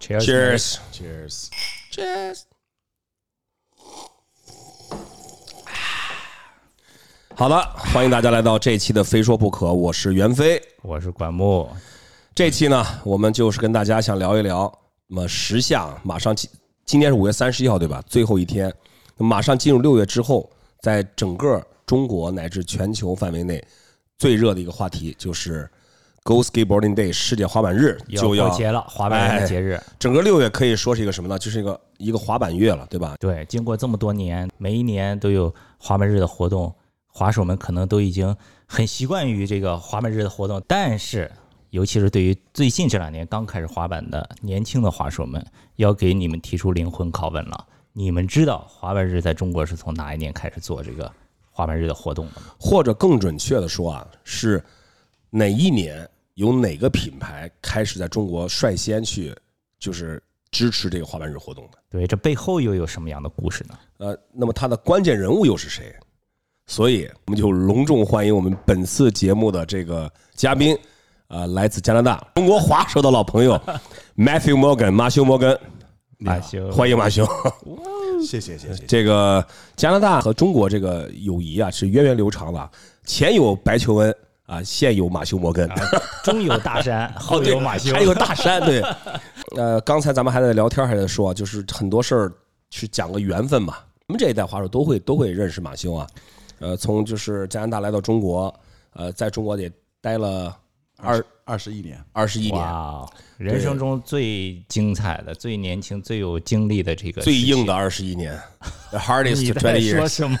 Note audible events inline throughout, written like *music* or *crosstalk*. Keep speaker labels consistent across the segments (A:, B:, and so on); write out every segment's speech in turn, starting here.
A: Cheers！
B: Cheers！
C: Cheers！
B: Cheers。好的，欢迎大家来到这一期的《非说不可》，我是袁飞。
A: 我是管木，
B: 这期呢，我们就是跟大家想聊一聊，那么时下马上今今天是五月三十一号，对吧？最后一天，马上进入六月之后，在整个中国乃至全球范围内，最热的一个话题就是 Go Skateboarding Day 世界滑板日就
A: 要
B: 要哎
A: 过节了，滑板人的节日。
B: 整个六月可以说是一个什么呢？就是一个一个滑板月了，对吧？
A: 对，经过这么多年，每一年都有滑板日的活动，滑手们可能都已经很习惯于这个滑板日的活动。但是，尤其是对于最近这两年刚开始滑板的年轻的滑手们，要给你们提出灵魂拷问了：你们知道滑板日在中国是从哪一年开始做这个滑板日的活动的吗？
B: 或者更准确的说啊，是哪一年有哪个品牌开始在中国率先去就是支持这个滑板日活动的？
A: 对，这背后又有什么样的故事呢？
B: 呃，那么它的关键人物又是谁？所以我们就隆重欢迎我们本次节目的这个嘉宾，呃，来自加拿大中国滑手的老朋友 Matthew Morgan 马修摩根，
A: 马修
B: 欢迎马修。
C: *laughs* 谢谢谢谢。
B: 这个加拿大和中国这个友谊啊是源远流长的啊，前有白求恩啊，现有马修摩根。
A: 中有大
B: *laughs*
A: 山，啊后有马修，
B: 还有大山，对。 *laughs* 呃，刚才咱们还在聊天，还在说，就是很多事儿是讲个缘分嘛。我们这一代滑手都会都会认识马修啊。呃，从就是加拿大来到中国，呃，在中国也待了二
C: 二十一年，
B: 二十一年，
A: 哇，哦人生中最精彩的、最年轻、最有精力的这个
B: 最硬
A: 的。
B: 的二十一年，the
A: *laughs* 你
B: hardest
A: 在
B: twenty
A: 说
B: years。
A: 什么？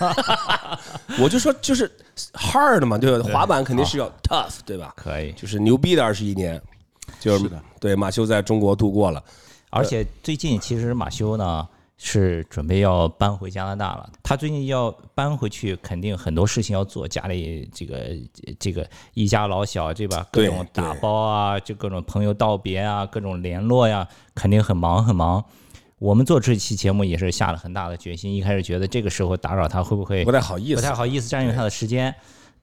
B: 我就说就是 hard 嘛，对吧？滑板肯定是要 tough，对吧？
A: 可以，
B: 就是牛逼的二十一年，就是
C: 是的
B: 对马修在中国度过了。
A: 而且最近其实马修呢是准备要搬回加拿大了。他最近要搬回去，肯定很多事情要做，家里这个这个一家老小，对吧？各
B: 对
A: 种打
B: 对
A: 包啊，就各种朋友道别啊，各种联络呀、肯定很忙很忙。我们做这期节目也是下了很大的决心，一开始觉得这个时候打扰他会不会
B: 不太好意
A: 不
B: 思
A: 太，好意思占用他的时间。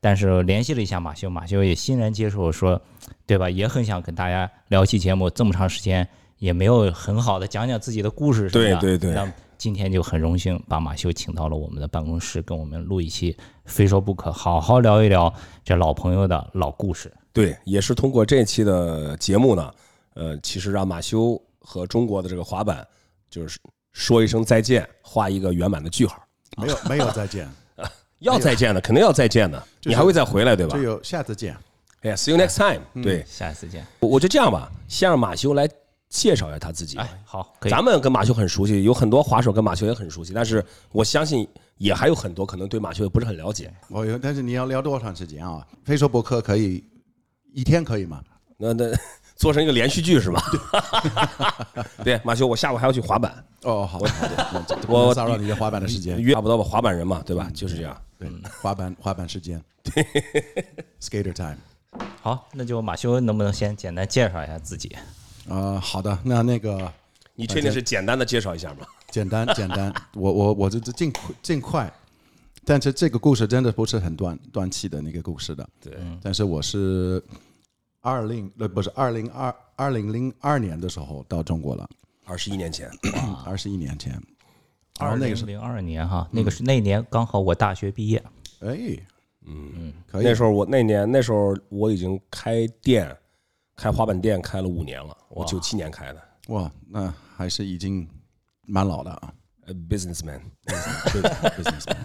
A: 但是联系了一下马修，马修也欣然接受，说，对吧？也很想跟大家聊期节目，这么长时间也没有很好的讲讲自己的故事什么的。
B: 对对对
A: 那今天就很荣幸把马修请到了我们的办公室，跟我们录一期《非说不可》，好好聊一聊这老朋友的老故事。
B: 对，也是通过这期的节目呢，呃，其实让马修和中国的这个滑板就是说一声再见，画一个圆满的句号。
C: 没有没有再见，
B: 要再见的，肯定要再见的，
C: 就是
B: 你还会再回来，对吧
C: 只有下次见。
B: 哎呀，See you next time、对，
A: 下一次见。
B: 我我就这样吧，先让马修来介绍一下他自己。
A: 哎，好，可以。
B: 咱们跟马修很熟悉，有很多滑手跟马修也很熟悉，但是我相信也还有很多可能对马修也不是很了解。
C: 我哦有，但是你要聊多长时间啊？非说博客可以一天可以吗？
B: 那那做成一个连续剧是吧？对，马修，我下午还要去滑板。
C: 哦，好，好好好
B: 我
C: 不能骚扰你的滑板的时间。
B: 约差不多吧，滑板人嘛，对吧？就是这样。
C: 对，滑板滑板时间。Skater time。
A: 好，那就马修能不能先简单介绍一下自己？
C: 呃，好的，那那个
B: 你确定是简单的介绍一下吗？
C: 简单 *laughs* 简单，我我我这这尽快尽快，但是这个故事真的不是很短短期的那个故事的。
B: 对，
C: 但是我是二零呃不是二零二二零零二年的时候到中国了，
B: 二十一年前，
C: 二十一年前。然
A: 二
C: 后那
A: 零
C: 个是
A: 零二年哈，那个是那年刚好我大学毕业，
C: 哎，嗯，可
B: 那
C: 以
B: 时候我那年那时候我已经开店，开滑板店开了五年了，我九七年开的，
C: 哇，那还是已经蛮老的
B: *laughs*
C: 啊。
B: 呃，businessman，
C: 对 businessman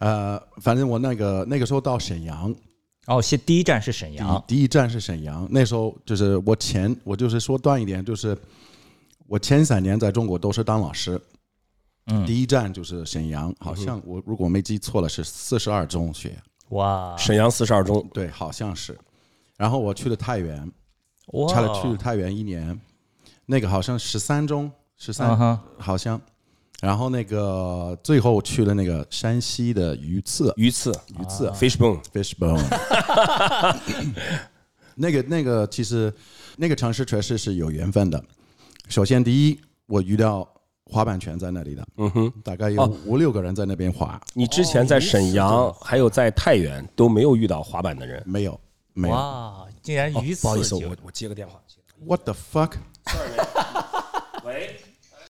C: 呃，反正我那个那个时候到沈阳，
A: 哦，是第一站是沈阳，
C: 第第一站是沈阳。那时候就是我前，我就是说断一点，就是我前三年在中国都是当老师。嗯，第一站就是沈阳，好像我如果没记错了是四十二中学，
A: 哇，
B: 沈阳四十二中，
C: 对，好像是。然后我去了太原，
A: 哇
C: 差了去了太原一年，那个好像十三中，十
A: 啊
C: 三、
A: 哈
C: 好像。然后那个最后去了那个山西的榆次，
B: 鱼刺
C: 榆次
B: fishbone，
C: Fishbone。那个那个，其实那个城市确实是有缘分的。首先，第一，我遇到滑板圈在那里的，嗯哼，大概有五六个人在那边滑，
B: 你之前在沈阳还有在太原都没有遇到滑板的人，哦
C: 没有没有。哦
A: 哇，竟然鱼刺、
B: 不好意思，我我接个电话。
C: What the fuck？
D: *laughs*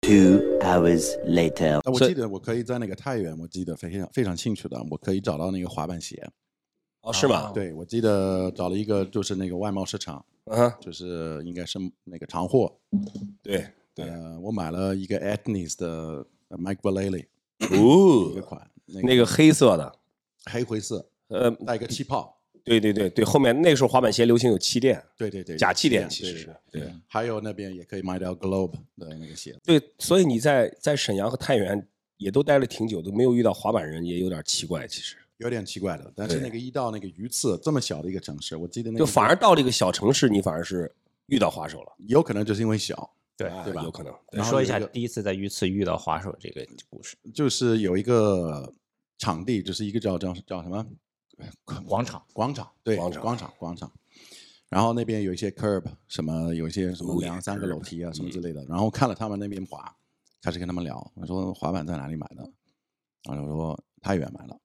D: Two hours later.
C: 但我
B: 所以
C: 记得我可以在那个太原，我记得非常非常清楚的，我可以找到那个滑板鞋。
B: 哦，是吗？
C: 对，我记得找了一个就是那个外贸市场，
B: 嗯哼，
C: 就是应该是那个长货。
B: 对对，
C: 呃，我买了一个 Etnies 的呃 Mike Vallely 一个
B: 哦，
C: 款，那
B: 那个黑色的，
C: 黑灰色，
B: 呃，
C: 带一个气泡。
B: 对对对对，后面那个时候滑板鞋流行有气垫，
C: 对对对，
B: 假气垫
C: 对
B: 其实是
C: 对，对还有那边也可以买到 Globe 的那个鞋。
B: 对，所以你在在沈阳和太原也都待了挺久，都没有遇到滑板人，也有点奇怪，其实
C: 有点奇怪的，但是
B: 对
C: 那个一到那个鱼刺这么小的一个城市，我记得那个
B: 就反而到了一个小城市，你反而是遇到滑手了，
C: 有可能就是因为小，
A: 对
B: 啊
C: 对吧
B: 有可能，
A: 你
B: 对
C: 然后
A: 说一
C: 有
A: 下
C: 一个
A: 第一次在鱼刺遇到滑手这个故事，
C: 就是有一个场地，就是一个叫叫叫什么
A: 广场
C: 广场，对，
B: 广
C: 广
B: 场
C: 场，广场，然后那边有一些 curb，什么有一些什么两三个楼梯啊，什么之类的。然后看了他们那边滑，开始跟他们聊，我说滑板在哪里买的？然后我说太原买了。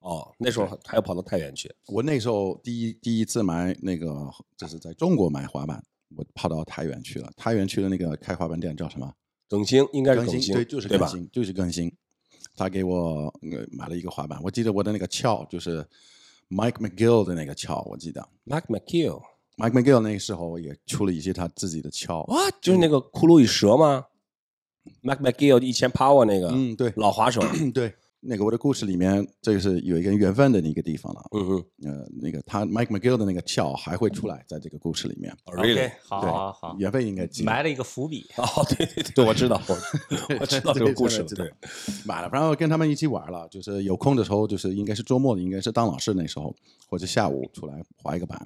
B: 哦，那时候还要跑到太原去，
C: 我那时候第一第一次买那个，就是在中国买滑板，我跑到太原去了。太原去的那个开滑板店叫什么？
B: 耿星应该是
C: 更
B: 耿星，
C: 对，就是
B: 对
C: 更
B: 吧？
C: 新，就是更新。他给我呃买了一个滑板，我记得我的那个鞘就是 Mike McGill 的那个鞘，我记得
B: Mark McGill。
C: Mike McGill 那个时候也出了一些他自己的鞘。
B: 哇，就是那个
C: 嗯
B: 骷髅与蛇吗？Mac McGill 以前 Power 那个，
C: 嗯，对，
B: 老滑手，嗯
C: 对，那个我的故事里面，这个是有一个缘分的一个地方了。
B: 嗯
C: 呃，那个他 Mike McGill 的那个鞘还会出来，在这个故事里面，
B: ，Really？
A: OK，好
C: 哦
A: 啊
C: 对
A: 好
B: 啊
A: 好，
C: 缘分应该记得。
A: 埋了一个伏笔。
B: 哦，对对对，我知道，我我知道这个故事，
C: *laughs* 对对
B: 对
C: 对，买了，然后跟他们一起玩了，就是有空的时候，就是应该是周末的，应该是当老师那时候，或者下午出来滑一个板，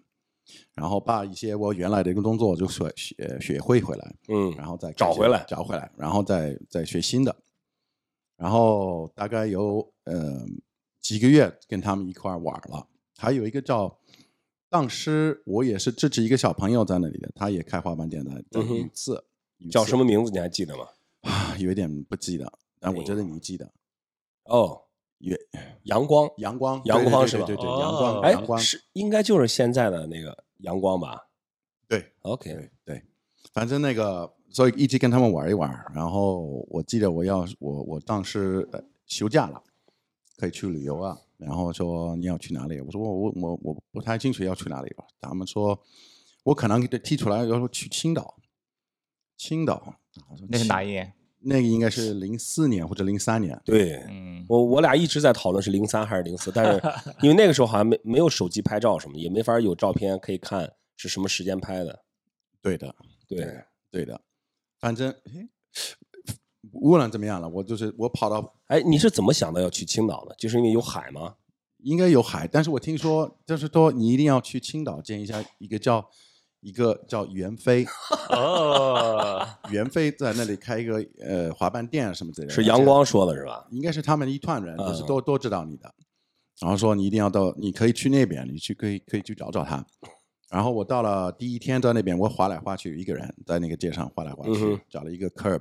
C: 然后把一些我原来的一个工作就学学学会回来，
B: 嗯，
C: 然后再
B: 找回来
C: 找回来，然后再再学新的，然后大概有呃几个月跟他们一块儿玩了，还有一个叫。当时我也是支持一个小朋友在那里的，他也开滑板店的，在
B: 嗯哼
C: 宇次，宇
B: 叫
C: 次
B: 什么名字你还记得吗？
C: 啊，有一点不记得，但我
B: 哎
C: 觉得你记得。
B: 哦，
C: 也
B: 阳光，
C: 阳光，
B: 阳
C: 对对
B: 光
C: 对
B: 是吧
C: 对对，
A: 哦
C: 对阳光，
B: 哎
C: 阳，光，
B: 是应该就是现在的那个阳光吧
C: 对
B: ？OK，
C: 对对，反正那个，所以一直跟他们玩一玩。然后我记得我要我我当时呃休假了，可以去旅游啊。然后说你要去哪里？我说我我我我不太清楚要去哪里吧。他们说，我可能给他踢出来，然后去青岛，青岛。我说
A: 那是
C: 青
A: 哪一年？
C: 那个应该是零四年或者零三年，
B: 对。
A: 嗯，
B: 我我俩一直在讨论是零三还是零四，但
C: *laughs*
B: 是因为那个时候好像没没有手机拍照什么，也没法有照片可以看是什么时间拍的。
C: 对的，
B: 对，
C: 对的。反正，诶无论怎么样了，我就是我跑到
B: 哎，你是怎么想到要去青岛的？就是因为有海吗？
C: 应该有海，但是我听说就是说你一定要去青岛见一下一个叫一个叫袁飞， *laughs*
A: 哦，
C: 袁飞在那里开一个呃滑板店什么之类的，
B: 是阳，光说的是吧？
C: 应该是他们一团人，
B: 嗯
C: 就是都、都知道你的，然后说你一定要到，你可以去那边，你去可以可以去找找他。然后我到了第一天在那边，我滑来滑去，一个人在那个街上滑来滑去，
B: 嗯哼
C: 找了一个 curb，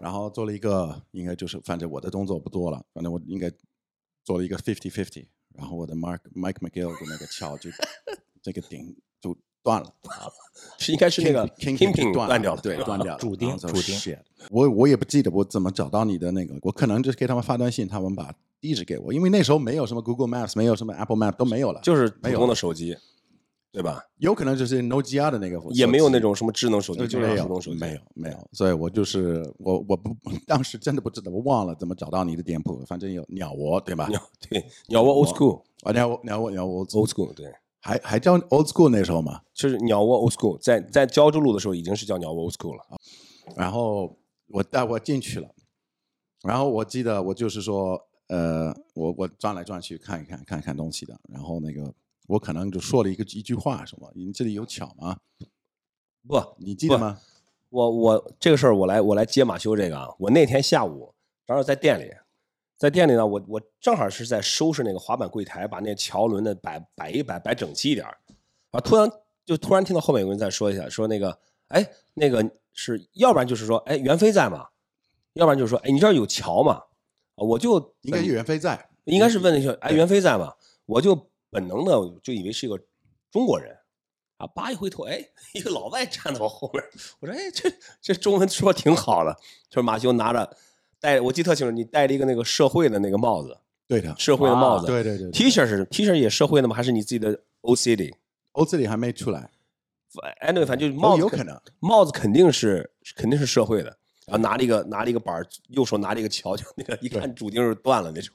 C: 然后做了一个，应该就是反正我的动作不多了，反正我应该做了一个 fifty fifty，然后我的 Mark Mike McGill 的那个鞘就 *laughs* 这个顶就断了，
B: 是应该是那个
C: King
B: Kingpin 断掉了，
C: 对，断掉了，
A: 主钉
C: 然后就
A: 主钉
C: shit。我我也不记得我怎么找到你的那个，我可能就是给他们发短信，他们把地址给我，因为那时候没有什么 Google Maps，没有什么 Apple Map 都没有了，
B: 就是普
C: 没有
B: 通的手机，对吧？
C: 有可能就是 Nokia 的那个手机，
B: 也没有那种什么智能手机，
C: 对。
B: 就是
C: 没
B: 普通手
C: 有
B: 机，
C: 没有没有，所以我就是我我不当时真的不知道，我忘了怎么找到你的店铺，反正有鸟窝对吧？
B: 鸟对鸟窝 old school
C: 啊鸟窝鸟窝鸟窝
B: old school 对，
C: 还还叫 Old School 那时候嘛，
B: 就是鸟窝 old school，在在胶州路的时候已经是叫鸟窝 old school 了。
C: 然后我带我进去了，然后我记得我就是说，呃，我我转来转去看一看看一看东西的，然后那个我可能就说了一个一句话什么，你这里有巧吗？
B: 不，
C: 你记得吗？
B: 我我这个事儿我来我来接马修这个啊，我那天下午正好在店里，在店里呢，我我正好是在收拾那个滑板柜台，把那桥轮的摆摆一摆，摆整齐一点儿。啊，突然就突然听到后面有个人在说一下，说那个哎那个是要不然就是说哎袁飞在吗？要不然就是说哎你这儿有桥吗？啊我就
C: 应该是袁飞在，
B: 应
C: 嗯
B: 该是问了一下，哎，
C: 对
B: 袁飞在吗？我就本能的就以为是一个中国人，啊，叭一回头，哎，一个老外站在我后面，我说，哎，这这中文说挺好的。就是马修拿着戴，我记得特清楚，你戴了一个那个社会的那个帽子，
C: 对的，
B: 社会的帽子。
C: 啊对对对对
B: T 恤是 T 恤也社会的吗？还是你自己的 O C 的
C: 欧这里还没出来，哦
B: ？Anyway，反正就是帽子
C: 有可能
B: 帽子肯定是肯定是社会的，然后拿了一个拿了一个板儿，右手拿了一个桥，就那个一看主钉是断了那种。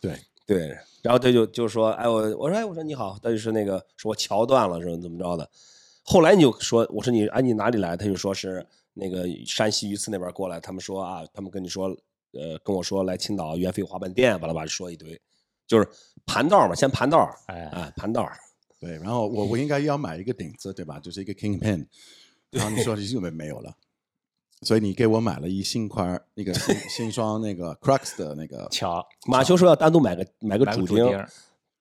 C: 对
B: 对，然后他就就说，哎，我我说哎，我说你好，他就说那个说我桥断了，说怎么着的。后来你就说，我说你哎你哪里来？他就说是那个山西榆次那边过来，他们说啊，他们跟你说，呃，跟我说来青岛原飞滑板店，巴拉巴拉说一堆，就是盘道嘛，先盘道，
A: 哎
B: 啊盘道，
C: 对，然后我我应该要买一个顶子，对吧？就是一个 king pin，然后你说你是不是没有了？所以你给我买了一新块儿那个新新双那个 Crux 的那个，
A: 巧，
B: 马修说要单独买个买个
A: 买
B: 主
A: 个主
B: 钉
A: 钉，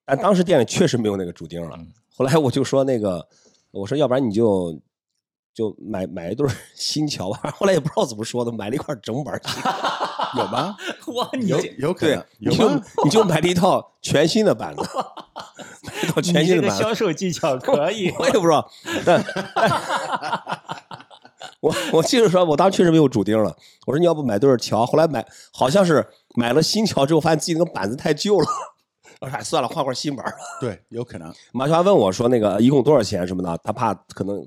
B: 但当时店里确实没有那个主钉了。
A: 嗯
B: *laughs* 后来我就说那个，我说要不然你就就买买一对儿 *laughs* 新桥吧。后来也不知道怎么说的，买了一块整板儿新。
C: 有吗？
A: 哇，你
C: 有
A: 这
C: 有可
B: 对
C: 能，
B: 你
C: 有
B: 就
C: 吗？
B: 你就买了一套全新
A: *laughs*
B: 的板子，买一套全
A: 你
B: 新
A: 这
B: 的
A: 个
B: 板子。，
A: 销售技
C: *laughs*
A: 巧可以
B: 我也不知道，
A: *laughs*
B: 但我我记着说，我当时确实没有主钉了。我说你要不买对儿桥，后来买好像是买了新桥之后，发现自己那个板子太旧了。 *laughs* 我说哎算了，换块新板儿吧。
C: 对，有可能。
B: 马修还问我说：“那个一共多少钱什么的？”他怕可能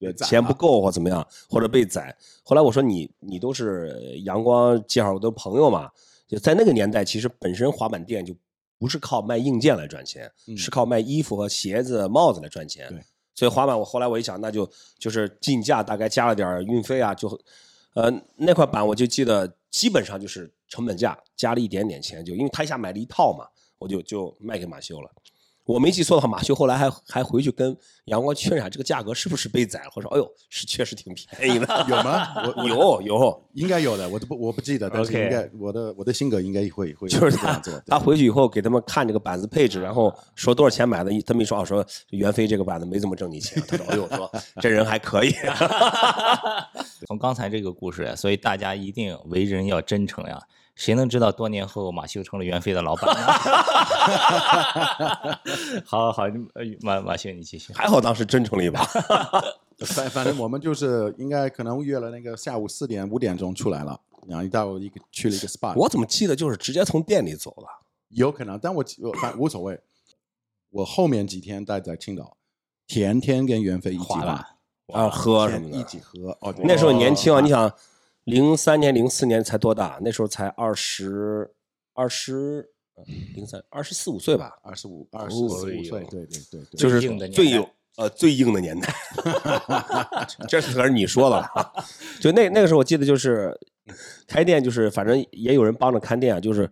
B: 呃
C: 宰
B: 钱
C: 了
B: 不够或怎么样，或者被宰。后来我说你：“你都是呃阳光介绍的朋友嘛，就在那个年代，其实本身滑板店就不是靠卖硬件来赚钱，
C: 嗯
B: 是靠卖衣服和鞋子、帽子来赚钱。
C: 对
B: 所以滑板我后来我一想，那就就是进价大概加了点儿运费啊，就呃那块板我就记得基本上就是成本价加了一点点钱，就因为他一下买了一套嘛，我就就卖给马修了。我没记错的话，马修后来还还回去跟阳光确认一下这个价格是不是被宰了，我说哎呦是确实挺便宜的，
C: 有吗？我 *laughs*
B: *laughs*
C: 我
B: 有有，
C: 应该有的，我都不我不记得，但是
A: OK
C: 应该我的我的性格应该会会
B: 就是
C: 会这
B: 他
C: 样做。对
B: 他回去以后给他们看这个板子配置，然后说多少钱买的，他们一说哦说袁飞这个板子没怎么挣你钱，他说哎呦说这人还可以， *laughs*
A: 从刚才这个故事，所以大家一定为人要真诚呀。谁能知道多年后马修成了袁飞的老
C: *laughs*
A: 板呢？ *laughs* 好好好，呃马马修你继续。
B: 还好当时真成了一
C: *laughs*
B: 把。
C: 反反正我们就是应该可能约了那个下午四点五点钟出来了，然后一到一个去了一个 SPA，
B: 我怎么记得就是直接从店里走了？
C: 有可能，但我我反无所谓。我后面几天待在青岛，天天跟袁飞一起
A: 滑
C: 玩
A: 板，
B: 啊，喝什
C: 天
B: 么
C: 一
B: 的。
C: 起喝。哦，
B: 那时候年轻啊，
C: 哦
B: 你想，零三年、零四年才多大？那时候才二十二十，嗯零三二十四五岁吧，
C: 二十五、二十四五岁，对对对对，
B: 就是
A: 硬的年代
B: 最有呃最硬的年代。这可是你说的了啊，就那那个时候我记得就是开店，就是反正也有人帮着看店啊，就是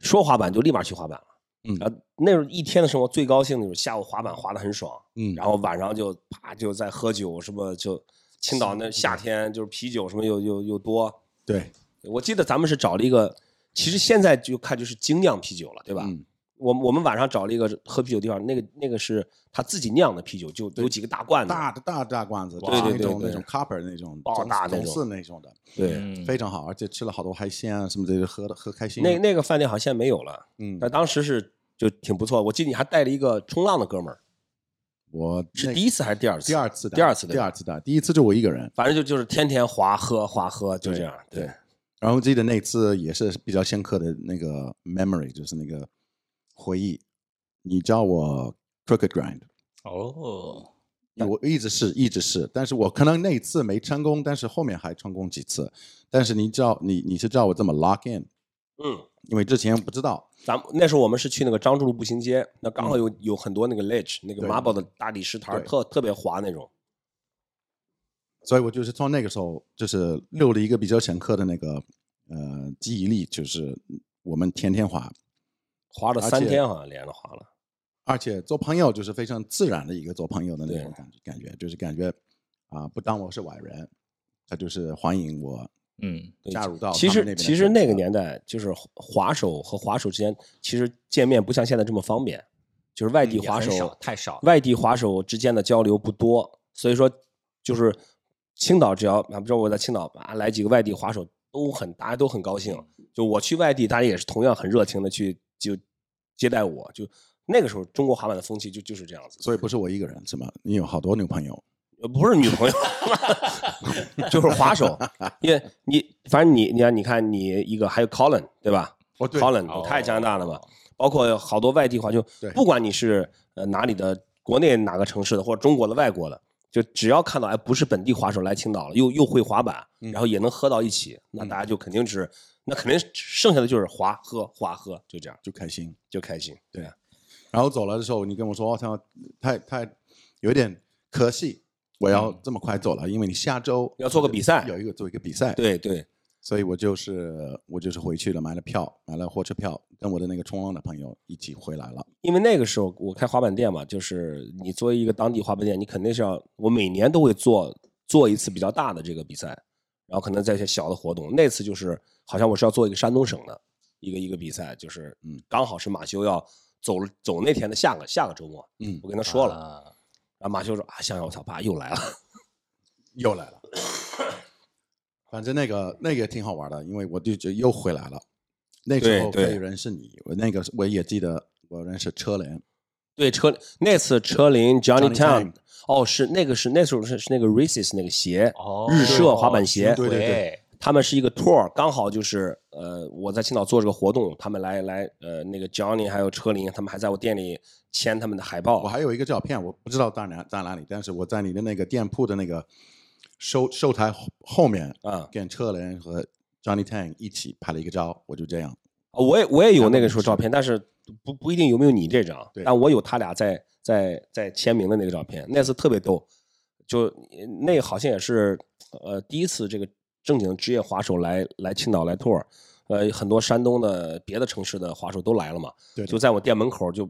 B: 说滑板就立马去滑板了。
C: 嗯
B: 然后那时候一天的生活最高兴的就是下午滑板滑的很爽，
C: 嗯，
B: 然后晚上就啪就在喝酒，什么就青岛那夏天就是啤酒什么又又又多。
C: 对，
B: 我记得咱们是找了一个，其实现在就看就是精酿啤酒了，对吧？
C: 嗯，
B: 我我们晚上找了一个喝啤酒的地方，那个那个是他自己酿的啤酒，就有几个大罐子，
C: 大的大大罐子，就
B: 对
C: 是
B: 对
C: 那
B: 对
C: 种
B: 对
C: 那种 copper 那种
B: 爆
C: 中
B: 大那
C: 中
B: 种
C: 式那种的，
B: 对。
A: 嗯，
C: 非常好，而且吃了好多海鲜啊什么的，喝的喝开心。
B: 那那个饭店好像现在没有了，
C: 嗯，
B: 但当时是就挺不错。我记得你还带了一个冲浪的哥们儿，
C: 我
B: 是
C: 那
B: 第一次还是第二次？
C: 第二次的，
B: 第二次的
C: 第二次的，第一次就我一个人。
B: 反正就就是天天滑喝滑喝，就这样。对，
C: 然后记得那次也是比较深刻的那个 memory，就是那个回忆。你叫我 crooked grind，
A: 哦，
C: 我一直是一直是，但是我可能那一次没成功，但是后面还成功几次。但是你叫你你是叫我这么 lock in，
B: 嗯，
C: 因为之前不知道，
B: 咱们那时候我们是去那个张之路步行街，那刚好有、有很多那个 ledge 那个
C: 嗯对
B: marble 的大理石台儿，
C: 对
B: 特特别滑那种。
C: 所以我就是从那个时候就是留了一个比较深刻的那个呃记忆力，就是我们天天滑，
B: 滑了
C: 而
B: 三
C: 且
B: 天，好像连着滑了。
C: 而且做朋友就是非常自然的一个做朋友的那种
B: 对
C: 感觉，感觉就是感觉啊、不当我是外人，他就是欢迎我
A: 嗯，
B: 对
C: 加入到
B: 其
C: 他们
B: 实
C: 那边的
B: 其实那个
C: 圈子
B: 年代，就是滑手和滑手之间，其实见面不像现在这么方便，就是外
C: 嗯
B: 地
A: 也很
B: 滑手、
A: 少太少了
B: 外地滑手之间的交流不多，所以说就是青岛只要啊，比如我在青岛啊来几个外地滑手，都很大家都很高兴。就我去外地，大家也是同样很热情的去就接待我，就那个时候中国滑板的风气就就是这样子，
C: 所以不是我一个人是吗？你有好多女朋友，
B: 呃不是女朋友， *laughs* 就是滑手，因为你反正你你看你看你一个还有 Colin 对吧？
C: 哦对
B: Colin
A: 哦
B: 他也加拿大的嘛，包括好多外地滑，就
C: 对
B: 不管你是呃哪里的，国内哪个城市的，或者中国的、外国的，就只要看到哎不是本地滑手来青岛了，又又会滑板，然后也能喝到一起，那大家就肯定是那肯定剩下的就是滑喝滑喝，就这样
C: 就开心。
B: 就开心，对啊，
C: 然后走了的时候，你跟我说，哦，他太太有点可惜，我要这么快走了，因为你下周
B: 嗯要做个比赛
C: 有一个做一个比赛，，
B: 对对，
C: 所以我就是我就是回去了，买了票，买了火车票，跟我的那个冲浪的朋友一起回来了。
B: 因为那个时候我开滑板店嘛，就是你作为一个当地滑板店，你肯定是要我每年都会做做一次比较大的这个比赛，然后可能在一些小的活动。那次就是好像我是要做一个山东省的一个一个比赛，就是
C: 嗯
B: 刚好是马修要走走那天的下个下个周末，
C: 嗯
B: 我跟他说了，
A: 了，
B: 然后马修说啊，想想我操，爸又来了， *laughs*
C: 又来了。反正那个那个挺好玩的，因为我就觉得又回来了。那时候
B: 对
C: 可
B: 对
C: 以认识你，我那个我也记得我认识车联，
B: 对车那次车林 Johnny
C: Johnny
B: Town
C: Town
B: 哦是那个是那时候是是那个 Races 那个鞋
A: 哦，
B: 日社滑板鞋
A: 对
C: 对对
A: 对，
B: 他们是一个 tour，刚好就是呃，我在青岛做这个活动，他们来来呃，那个 Johnny 还有车林，他们还在我店里签他们的海报。
C: 我还有一个照片，我不知道在哪在哪里，但是我在你的那个店铺的那个收收台后后面，
B: 啊、
C: 跟车联和 Johnny Tang 一起拍了一个照，我就这样。
B: 我也我也有那个时候照片，但是不不一定有没有你这张
C: 对，
B: 但我有他俩在在在签名的那个照片，那次特别逗，就那好像也是呃第一次这个正经职业滑手来来青岛来 tour，呃很多山东的别的城市的滑手都来了嘛，
C: 对
B: 就在我店门口就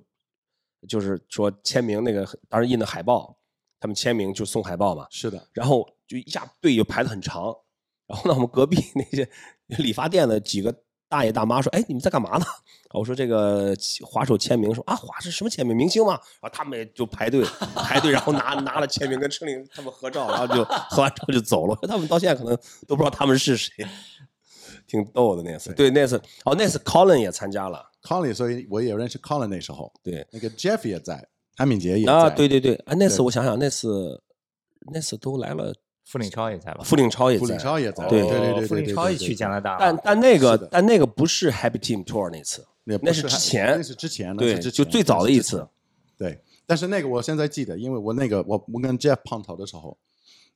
B: 就是说签名那个，当时印的海报，他们签名就送海报嘛，
C: 是的，
B: 然后就一下队就排的很长，然后呢，我们隔壁那些理发店的几个大爷大妈说：“哎，你们在干嘛呢？”我说：“这个滑手签名。”说：“啊，滑是什么签名？明星吗？”然后他们也就排队排队，然后拿拿了签名跟车林他们合照，然后就合完照就走了。 *laughs* 他们到现在可能都不知道他们是谁，挺逗的那次。对，那次哦，那次 Colin 也参加了。
C: Colin，所以我也认识 Colin 那时候，
B: 对
C: 那个 Jeff 也在，韩敏杰也在，
B: 啊，对对对，啊，那次
C: 对
B: 我想想，那次那次都来了，
A: 傅领超也在吧？
B: 傅令超也在，
C: 傅林超也在，
B: 对
C: 对对对，
A: 傅领
C: 对
A: 哦超
C: 对
A: 也
C: 对
A: 去加拿大
B: 但
A: 了，
B: 但那个
C: 是的
B: 但那个不是 Happy Team Tour 那次，
C: 也不
B: 那是
C: 还
B: 之前
C: 那是之前，那
B: 对，
C: 是之
B: 就
C: 前
B: 最早的一次。。
C: 对，但是那个我现在记得，因为我那个我我跟 Jeff 碰头的时候，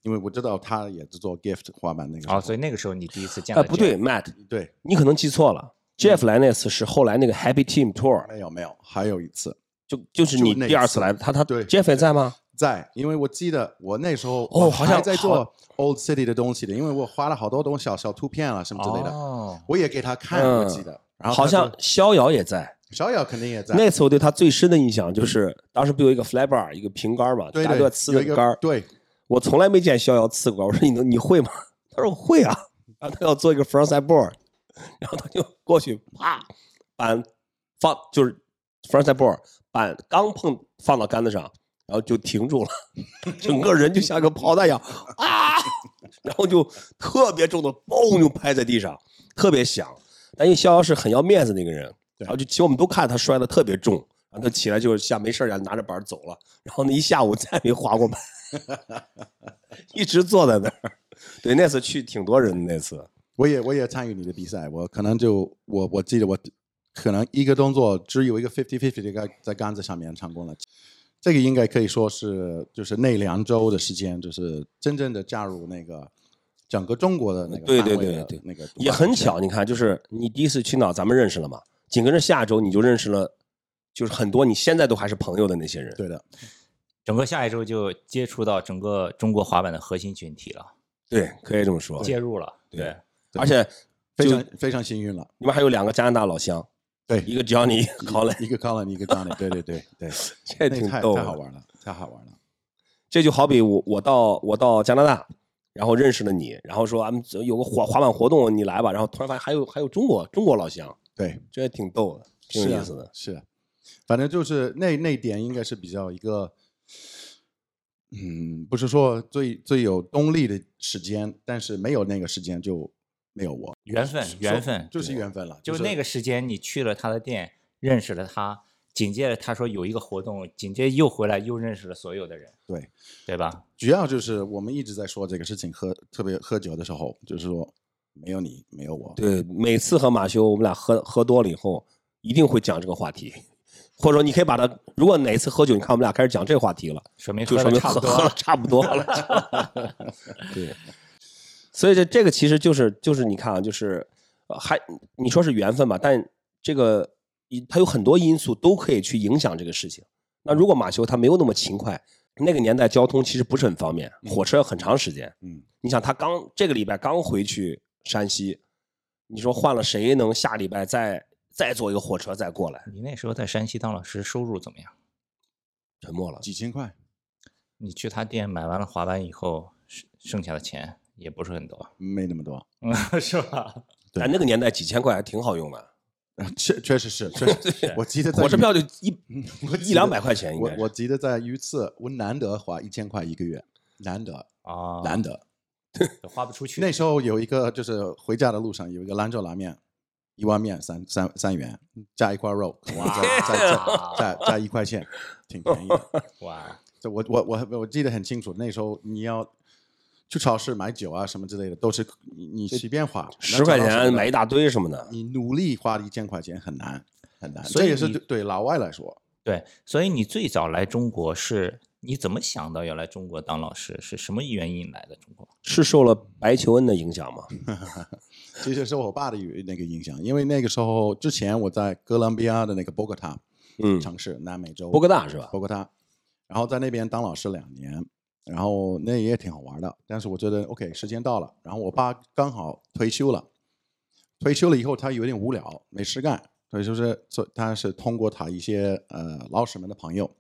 C: 因为我知道他也是做 gift 滑板那个时候，
B: 啊
A: 哦，所以那个时候你第一次见
B: 哎，
A: 到
B: 不
A: 这个
B: 对，Matt，
C: 对，嗯
B: 你可能记错了。Jeff 来那次是后来那个 Happy Team Tour，
C: 没有没有，还有一次
B: 就就是你
C: 就那一
B: 第二
C: 次
B: 次来的，他他
C: 对
B: Jeff 也在吗？
C: 在，因为我记得我那时候
B: 哦
C: 我
B: 好像
C: 还在做 Old City 的东西的，因为我花了好多东西小小图片啊什么之类的，
A: 哦，
C: 我也给他看，
B: 嗯
C: 我记得，然后他
B: 好像
C: 说
B: 逍遥也在。
C: 小雅肯定也在，
B: 那次我对他最深的印象就是，当时不有一个 fly bar，一个平杆嘛，
C: 对
B: 大家都要
C: 对，
B: 呲
C: 有
B: 那
C: 一个
B: 杆儿
C: 对，
B: 我从来没见逍遥呲过杆儿。我说你能你会吗？他说我会啊。然后他要做一个 frontside board，然后他就过去啪板放就是 frontside board 板刚碰放到杆子上，然后就停住了， *laughs* 整个人就像个炮弹一样啊，然后就特别重的嘣就拍在地上，特别响。但因为逍遥是很要面子那个人，
C: 对
B: 然后就其实我们都看他摔的特别重。然后他起来就像没事儿一样拿着板儿走了，然后那一下午再也没滑过板。一直坐在那儿。 *laughs* 对，那次去挺多人的那次。
C: 我也我也参与你的比赛，我可能就我我记得我可能一个动作只有一个 fifty fifty 这个在杆子上面成功了，这个应该可以说是就是那两周的时间，就是真正的加入那个整个中国的那个
B: 对
C: 范围
B: 对对
C: 的
B: 对
C: 那个
B: 也很巧，你看，就是你第一次去哪，咱们认识了嘛？紧跟着下周你就认识了，就是很多你现在都还是朋友的那些人。
C: 对的，
A: 整个下一周就接触到整个中国滑板的核心群体了，
B: 对，可以这么说。
A: 介入了，
B: 对，而且
C: 非常非常幸运了，
B: 你们还有两个加拿大老乡，
C: 对，
B: 一个 Johnny，一个 Colin，
C: 一个 Colin 一个 Johnny，对
B: *laughs*
C: 对对对，
B: 这
C: 那
B: 挺
C: 太
B: 逗
C: 太好
B: 的。
C: 玩了，太好玩了，
B: 这就好比我我到我到加拿大，然后认识了你，然后说俺们有个滑滑板活动，你来吧。然后突然发现还有还有中国中国老乡，
C: 对，
B: 这也挺逗的，挺
C: 是
B: 有
C: 啊
B: 意思的。
C: 是啊，反正就是那那点应该是比较一个，嗯，不是说最最有动力的时间，但是没有那个时间就没有我
A: 缘分，缘分，
C: 就是缘分了，
A: 就是那个时间你去了他的店，认识了他，紧接着他说有一个活动，紧接着又回来又认识了所有的人，
C: 对，
A: 对吧？
C: 主要就是我们一直在说这个事情，喝特别喝酒的时候，就是说没有你，没有我，
B: 对，每次和马修我们俩喝喝多了以后，一定会讲这个话题，或者说你可以把它，如果哪次喝酒，你看我们俩开始讲这个话题了，
A: 说明
B: 就
A: 喝的
B: 说明
A: 差
B: 喝
A: 不多
B: 喝了
A: 了。
B: 差不多了。对，所以这这个其实就是就是你看啊，就是、呃还你说是缘分吧，但这个一它有很多因素都可以去影响这个事情。那如果马修他没有那么勤快，那个年代交通其实不是很方便，
A: 嗯
B: 火车要很长时间。
C: 嗯，
B: 你想他刚这个礼拜刚回去山西，你说换了谁能下礼拜再再坐一个火车再过来？
A: *laughs* 你那时候在山西当老师，收入怎么样？
B: 沉默了。
C: 几千块
A: 你去他店买完了滑板以后，剩剩下的钱也不是很
C: *laughs*
A: 多，
C: 没那么多，
A: 是吧？
C: 对
B: 但那个年代几千块还挺好用的，
C: 确确实是，确
B: *laughs*
C: 实，我记得在
B: 火车票就一
C: 我记
B: 一
C: 得
B: 两百块钱应
C: 我
B: 该是
C: 我记得在一次，我难得花一千块一个月，难得
A: 啊，
C: 难得。
A: 花不出去。
C: 那时候有一个就是回家的路上有一个兰州拉面，一碗面三三三元，加一块肉，哇，再加加加一块钱，挺便宜的。
A: 哇，
C: 就我我我我记得很清楚，那时候你要去超市买酒啊什么之类的，都是你你随便花，
B: 十块
C: 能找到什
B: 钱
C: 么
B: 买一大堆什么的。
C: 你努力花一千块钱很难很难，
A: 所
C: 这
A: 以
C: 也是
A: 你
C: 对对老外来说，
A: 对，所以你最早来中国是你怎么想到要来中国当老师？是什么原因来的中国？
B: 是受了白求恩的影响吗？
C: 其实是我爸的那个影响，因为那个时候之前我在哥伦比亚的那个波哥塔
B: 嗯，
C: 城市，南美洲
B: 波哥大是吧？
C: 波哥塔，然后在那边当老师两年，然后那也挺好玩的。但是我觉得 OK，时间到了，然后我爸刚好退休了，退休了以后他有点无聊，没事干，所以就是做他是通过他一些呃老师们的朋友，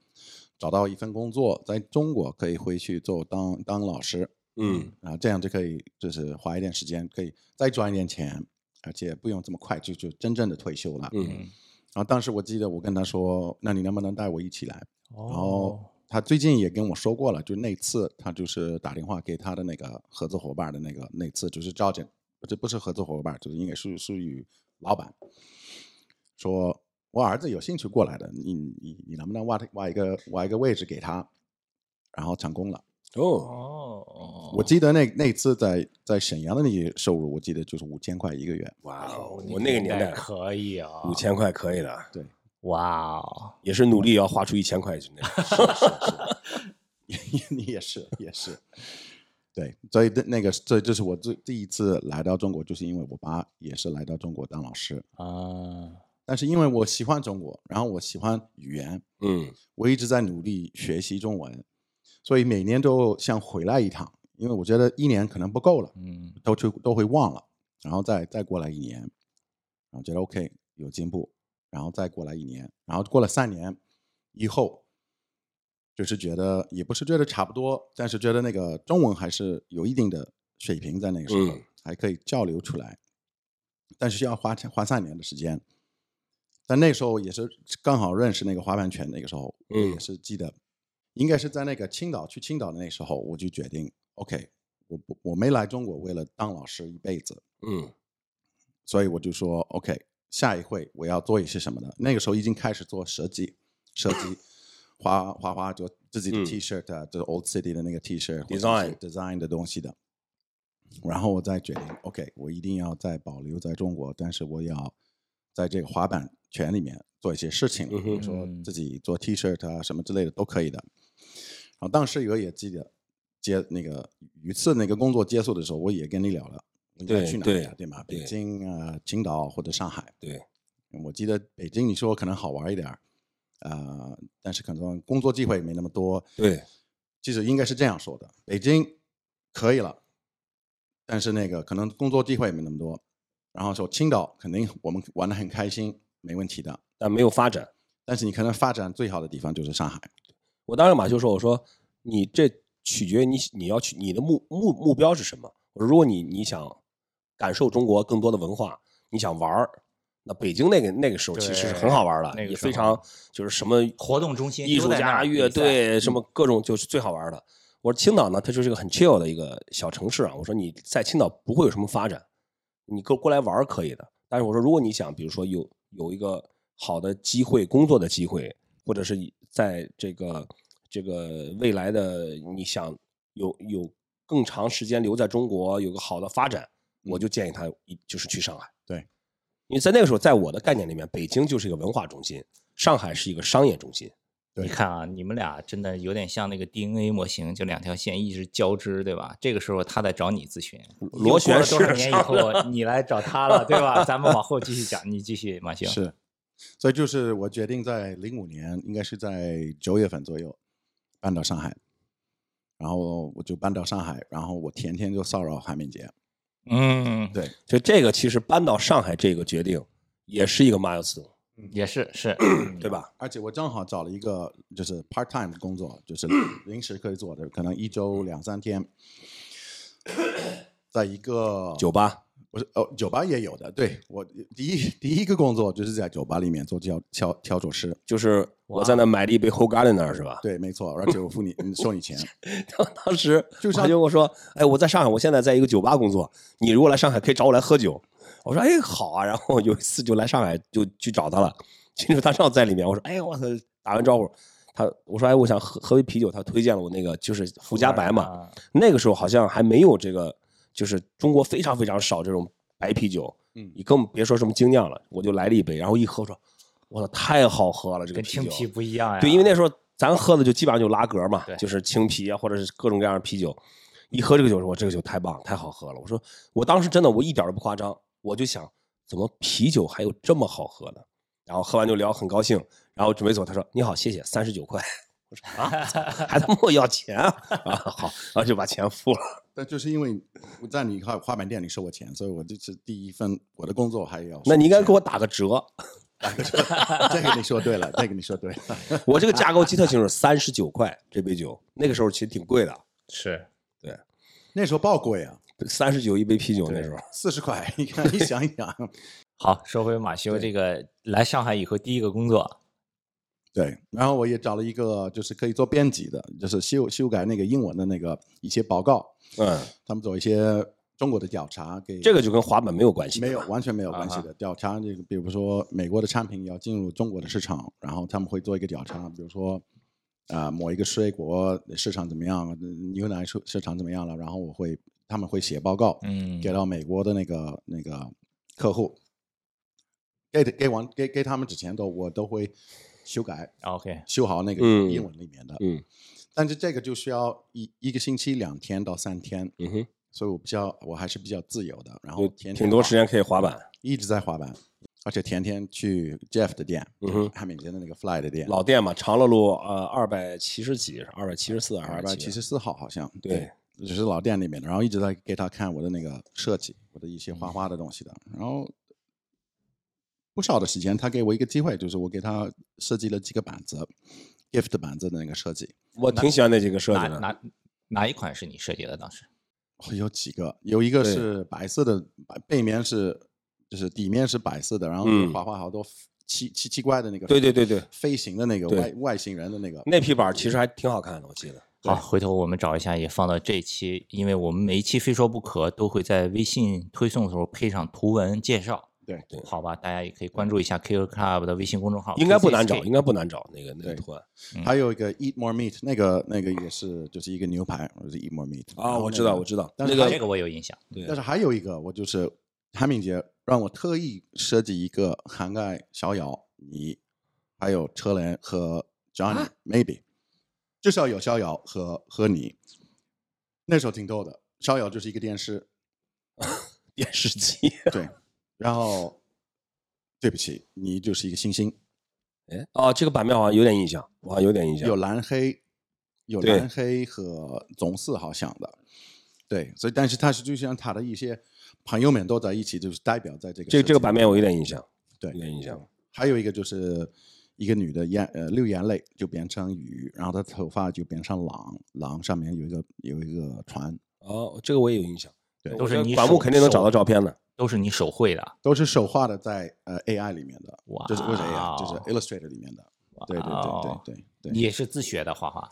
C: 找到一份工作，在中国可以回去做当当老师，
B: 嗯，
C: 啊，这样就可以就是花一点时间，可以再赚一点钱，而且不用这么快就就真正的退休了。
B: 嗯
C: 然后当时我记得我跟他说，那你能不能带我一起来？然后，他最近也跟我说过了，就那次他就是打电话给他的那个合作伙伴的那个那次就是赵姐，这不是合作伙伴，就是应该是属于老板，说我儿子有兴趣过来的，你你你能不能挖他挖一个挖一个位置给他？然后成功了。
B: 哦，
A: 哦，
C: 我记得那那次在在沈阳的那些收入，我记得就是五千块一个月。 *laughs*
B: 哇哦，我那个年代哦
A: 可以啊，
B: 五千块可以的，
A: 哇哦，
B: 也是努力也要花出一千块去那个。 *laughs*
C: 你也是，也是，对，所以那那个这这是我最第一次来到中国，就是因为我爸也是来到中国当老师，
A: 啊，
C: 但是因为我喜欢中国，然后我喜欢语言，
B: 嗯，
C: 我一直在努力学习中文，所以每年都想回来一趟，因为我觉得一年可能不够了。
A: 嗯，
C: 都去都会忘了，然后再再过来一年，然后觉得 OK 有进步，然后再过来一年，然后过了三年以后，就是觉得也不是觉得差不多，但是觉得那个中文还是有一定的水平在那个时候，
B: 嗯
C: 还可以交流出来，但是需要花钱花三年的时间。但那时候也是刚好认识那个滑板圈，那个时候我
B: 嗯
C: 也是记得，应该是在那个青岛去青岛的那时候，我就决定 OK，我不我没来中国为了当老师一辈子，
B: 嗯
C: 所以我就说 OK，下一回我要做一些什么的。那个时候已经开始做设计，设计画画画就自己的
B: 嗯
C: T 恤啊，就是 Old City 的那个 T 恤或者是
B: Design
C: design 的东西的。然后我再决定 OK，我一定要再保留在中国，但是我要在这个滑板圈里面做一些事情，比
B: 嗯哼
C: 如说
A: 嗯
C: 自己做 T 恤啊什么之类的都可以的。然后当时我也记得接那个鱼刺那个工作结束的时候，我也跟你聊了，我应该
B: 对
C: 去哪
B: 对
C: 里啊？对吗？北
B: 对
C: 京啊、青岛或者上海。
B: 对，
C: 我记得北京你说可能好玩一点儿，呃，但是可能工作机会没那么多。
B: 对，
C: 其实应该是这样说的：北京可以了，但是那个可能工作机会没那么多。然后说青岛肯定我们玩的很开心，没问题的。
B: 但没有发展。
C: 但是你可能发展最好的地方就是上海。
B: 我当时马修说，我说你这取决于你你要去你的目目目标是什么。我说如果你你想感受中国更多的文化，你想玩儿，那北京那个那个时候其实是很好玩的，
A: 对那个
B: 也
A: 时候
B: 非常就是什么
A: 活动中心
B: 艺术
A: 都在那
B: 家、
A: 儿
B: 乐
A: 比赛嗯
B: 队什么各种就是最好玩的。我说青岛呢，它就是一个很 chill 的一个小城市啊。我说你在青岛不会有什么发展，你过过来玩儿可以的。但是我说，如果你想，比如说有有一个好的机会、工作的机会，或者是在这个这个未来的你想有有更长时间留在中国，有个好的发展，
A: 嗯
B: 我就建议他一就是去上海。
C: 对，
B: 因为在那个时候，在我的概念里面，北京就是一个文化中心，上海是一个商业中心。
C: 对
A: 你看啊，你们俩真的有点像那个 DNA 模型，就两条线一直交织，对吧？这个时候他在找你咨询，
B: 螺旋
A: 又过了多少
B: 式
A: 年以
B: 上
A: 后，你来找他了，对吧？咱们往后继续
B: *laughs*
A: 讲，你继续，马兴。
C: 是，所以就是我决定在零五年，应该是在九月份左右搬到上海，然后我就搬到上海，然后我天天就骚扰韩敏杰，
A: 嗯，
C: 对，
B: 就这个，其实搬到上海这个决定也是一个 milestone，
A: 也是是，
C: 嗯
B: 对吧？
C: 而且我正好找了一个就是 part time 的工作，
B: *coughs*
C: 就是临时可以做的，可能一周两三天，在一个
B: 酒吧，
C: 不是哦，酒吧也有的。对我第一第一个工作就是在酒吧里面做调调调酒师，
B: 就是我在那买了一杯 Whole Garden 那儿是吧？ *laughs*
C: 对，没错，而且我付你嗯收你钱，
B: 当时
C: 就
B: 他
C: 像
B: 就跟我说：“哎，我在上海，我现在在一个酒吧工作，你如果来上海，可以找我来喝酒。”我说：“哎，好啊。”然后有一次就来上海，就去找他了。进入他正好在里面，我说：“哎，我操！”打完招呼，他我说：“哎，我想喝喝杯啤酒。”他推荐了我那个就是福加白嘛，
A: 啊，
B: 那个时候好像还没有这个，就是中国非常非常少这种白啤酒，
C: 嗯
B: 你更别说什么精酿了。我就来了一杯，然后一喝说：“我操，太好喝了！”这个
A: 跟
B: 啤
A: 青
B: 酒
A: 皮不一样呀。
B: 对，因为那时候咱喝的就基本上就拉格嘛
A: 对，
B: 就是青啤啊，或者是各种各样的啤酒。一喝这个酒，我说这个酒太棒，太好喝了。我说我当时真的我一点都不夸张，我就想怎么啤酒还有这么好喝的？然后喝完就聊，很高兴。然后准备走，他说你好，谢谢，三十九块。我说啊，还他妈要钱啊？啊好，然后就把钱付了。
C: 但就是因为我在你花花板店里收我钱，所以我这是第一份我的工作还要收钱。
B: 那你应该给我打个折。
C: 这个你说对了，这个你说对了。
B: 我这个价格我记得清楚，三十九块这杯酒，那个时候其实挺贵的，
A: 是
C: 那时候爆贵
B: *laughs*
C: 啊，
B: 三十九一杯啤酒哦那
A: 对
B: 时候。
C: 四十块，你看你想一想，
A: 好，说回马修这个来上海以后第一个工作，
C: 对，然后我也找了一个就是可以做编辑的，就是修修改那个英文的那个一些报告，
B: 嗯，
C: 他们做一些中国的调查给
B: 这个就跟滑板没有关系。
C: 没有完全没有关系
A: 啊
C: 的调查，这个比如说美国的产品要进入中国的市场，然后他们会做一个调查，比如说啊、某一个水果市场怎么样，呃牛奶市市场怎么样了，然后我会他们会写报告，
A: 嗯
C: 给到美国的那个那个客户，给给完给给他们之前都我都会修改，
A: OK，
C: 修好那个
B: 嗯
C: 英文里面的。
B: 嗯
C: 但是这个就需要一一个星期两天到三天，
B: 嗯哼。
C: 所以我比较我还是比较自由的，然后
B: 有
C: 天天
B: 挺多
C: 滑
B: 时间可以滑板。
C: 一直在滑板，而且天天去 Jeff 的店，
B: 嗯哼
C: 汉密尔顿的那个 Fly 的店，
B: 老店嘛，长乐路呃二百七十几，二百七十四，
C: 二
B: 二
C: 百
B: 百
C: 七
B: 七
C: 十四号好像，
B: 对，
C: 只是老店里面的，然后一直在给他看我的那个设计，我的一些画画的东西的，然后。不少的时间，他给我一个机会，就是我给他设计了几个板子，gift 板子的那个设计，
B: 我挺喜欢那几个设
A: 哪
B: 计的。
A: 哪哪一款是你设计的？当时
C: 哦有几个，有一个
B: 对
C: 是白色的，白背面是就是底面是白色的，然后
B: 嗯
C: 画画好多奇奇奇怪的那个，
B: 对对对对
C: 飞行的那个
B: 对
C: 外外星人的那个，
B: 那批板其实还挺好看的，我记
C: 哦
B: 得。
A: 好，回头我们找一下，也放到这一期，因为我们每一期非说不可都会在微信推送的时候配上图文介绍，
C: 对
B: 对
A: 好吧？大家也可以关注一下 K O Club 的微信公众号，
B: 应该不难找，
A: KCSK
B: 应该不难找那个那个
C: 对
B: 图案
C: 还有一个 Eat More Meat，那个那个也是就是一个牛排，我是 Eat More Meat 然
B: 啊，
C: 后
B: 我
C: 那
B: 知道，
C: 个
B: 我知道。
C: 但
B: 那
C: 是
A: 这
B: 个
A: 个我有印象。
B: 对
C: 但是还有一个，我就是韩敏杰让我特意设计一个涵盖小姚、你，还有车轮和 Johnny、Maybe，至少有逍遥和和你。那时候挺逗的，逍遥就是一个电视，
B: 电视机， *laughs*
C: 对，然后对不起，你就是一个星星，
B: 哎，哦，这个版面好像有点印象，我好像有点印象
C: 有。蓝黑，有
B: 对
C: 蓝黑和棕色好像的，对，所以但是他是就像他的一些朋友们都在一起，就是代表在这个
B: 这
C: 设
B: 这个
C: 计
B: 版面我有点印象，
C: 对
B: 有点印象。
C: 还有一个就是一个女的眼呃流眼泪就变成鱼，然后她头发就变成狼，狼上面有一个有一个船，
B: 哦，这个我也有印象。
C: 对
B: 我
A: 都是
B: 觉得
A: 你
B: 管木
A: 手
B: 肯定能找到
A: 手
B: 照片的。
A: 都是你手绘的，
C: 都是手画的在呃 AI 里面的，
A: 哇
C: 就是不是 AI，
A: 哦
C: 就是 Illustrator 里面的，对对
A: 哇哦
C: 对对对对，
A: 你也是自学的画画，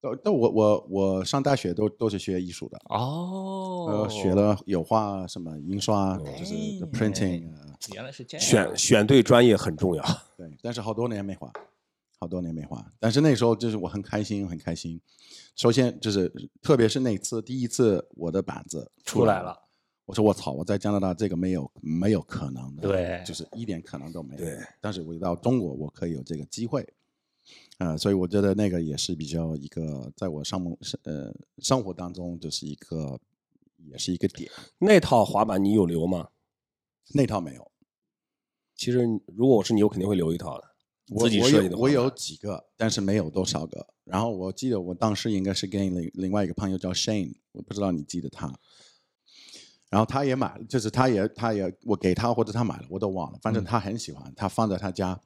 C: 但但我我我上大学都都是学艺术的，
A: 哦
C: 呃，学了油画、什么印刷，就是
A: 哎
C: the printing，呃、
A: 原来是这样，
B: 选选对专业很重要。 *laughs*
C: 对，但是好多年没画，好多年没画。但是那时候就是我很开心，很开心。首先就是，特别是那次第一次我的板子
A: 出来了，
C: 我说我操，我在加拿大这个没有没有可能的，
A: 对
C: 就是一点可能都没有。
B: 对，
C: 但是我一到中国，我可以有这个机会。呃，所以我觉得那个也是比较一个，在我生梦呃生活当中，就是一个也是一个点。
B: 那套滑板你有留吗？
C: 那套没有，
B: 其实如果我是你，我肯定会留一套的。
C: 我
B: 自己
C: 我
B: 设计的
C: 有
B: 滑
C: 我有
B: 板
C: 几个，但是没有多少个。然后我记得我当时应该是跟另另外一个朋友叫 Shane，我不知道你记得他。然后他也买，就是他也他也我给他或者他买了，我都忘了。反正
B: 嗯
C: 他很喜欢，他放在他家，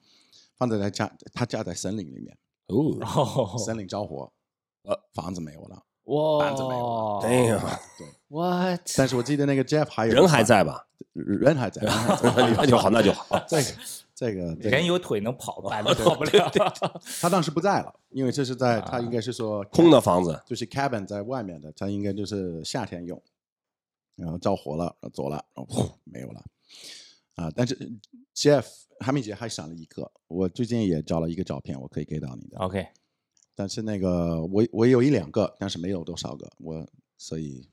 C: 放在他家，他家在森林里面，
B: 哦，
A: 哦，
C: 森林着火，呃，房子没有了。
A: 哇，
C: 板子没有
B: 哎呀，
A: ，what？
C: 但是我记得那个 Jeff 还有
B: 人还，在吧？
C: 人
B: *laughs*
C: 还在，人还在
B: 那就好，那就好。
C: *laughs* 这个这个这
A: 人
C: 个，
A: 有腿能跑，板子跑不了。
C: 他当时不在了，因为这是在他应该是说
B: 啊空的房子，
C: 就是 cabin 在外面的，它应该就是夏天用，然后着火了，然后走了，然后噗没有了，啊、但是 Jeff 韩明杰还想了一个，我最近也找了一个照片，我可以给到你
A: *laughs*
C: 的，
A: OK，
C: 但是那个我我有一两个，但是没有多少个，我所以，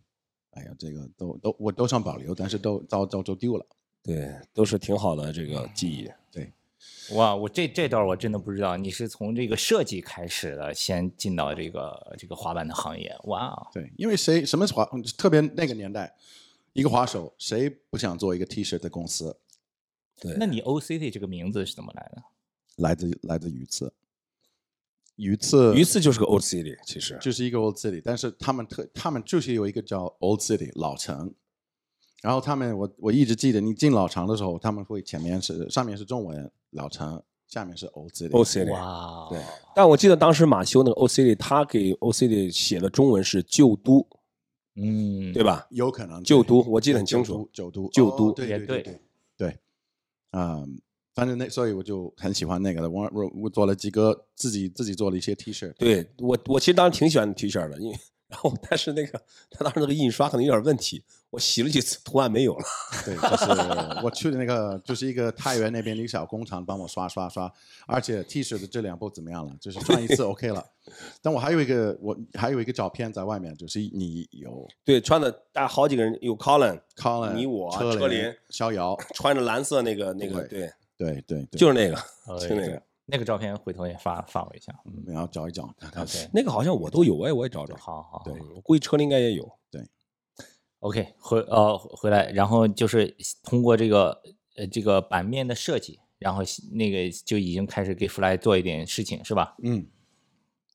C: 哎呀，这个都都我都想保留，但是都早早就丢了，
B: 对，都是挺好的这
C: 嗯
B: 个记忆。
C: 对，
A: 哇，我这这段我真的不知道，你是从这个设计开始的，先进到这个这个滑板的行业，哇哦，
C: 对，因为谁什么滑，特别那个年代，一个滑手谁不想做一个 T 恤的公司，
B: 对
A: 那你 OCT 这个名字是怎么来的？
C: 来自来自鱼刺，鱼刺
B: 鱼刺就是个 old city，其实
C: 就是一个 old city，但是他们特他们就是有一个叫 old city 老城，然后他们我我一直记得，你进老城的时候，他们会前面是上面是中文老城，下面是 old city。
B: old city。
A: 哇，哦
C: 对，
B: 但我记得当时马修那个 old city，他给 old city 写的中文是旧都，
A: 嗯，
B: 对吧？
C: 有可能
B: 旧
C: 对
B: 都我记得
C: 对
B: 很
C: 旧
B: 清楚
C: 都九都
B: 旧
C: 哦
B: 都
C: 对
A: 也
C: 对
A: 对
C: 对对，嗯，反正那所以我就很喜欢那个的，我我我做了几个自己自己做了一些 T 恤，
B: 对我，我其实当时挺喜欢 T 恤的， *laughs* 因为然后但是那个他当时那个印刷可能有点问题，我洗了几次图案没有了。 *laughs*
C: 对，就是我去的那个，就是一个太原那边的一个小工厂，帮我刷刷刷，而且 T 恤的质量不怎么样了，就是穿一次 OK
B: *laughs*
C: 了。但我还有一个，我还有一个照片在外面，就是你有
B: 对，穿的大家好几个人，有 Colin
C: Colin、
B: 你我
C: 车
B: 车
C: 林
B: 林、
C: 逍遥，
B: 穿着蓝色那个那个，对，
C: 对对对，哎
B: 就是那个，
A: 呃
B: 就那个，
A: 那个照片回头也发发我一下。嗯
C: 你要找一找看看。
A: OK，
B: 那个好像我都有，哎，我也找找。
A: 好好好
B: 对，我估计车里应该也有。
A: ，OK，回呃回来，然后就是通过这个呃这个版面的设计，然后那个就已经开始给 Fly 做一点事情，是吧？
C: 嗯，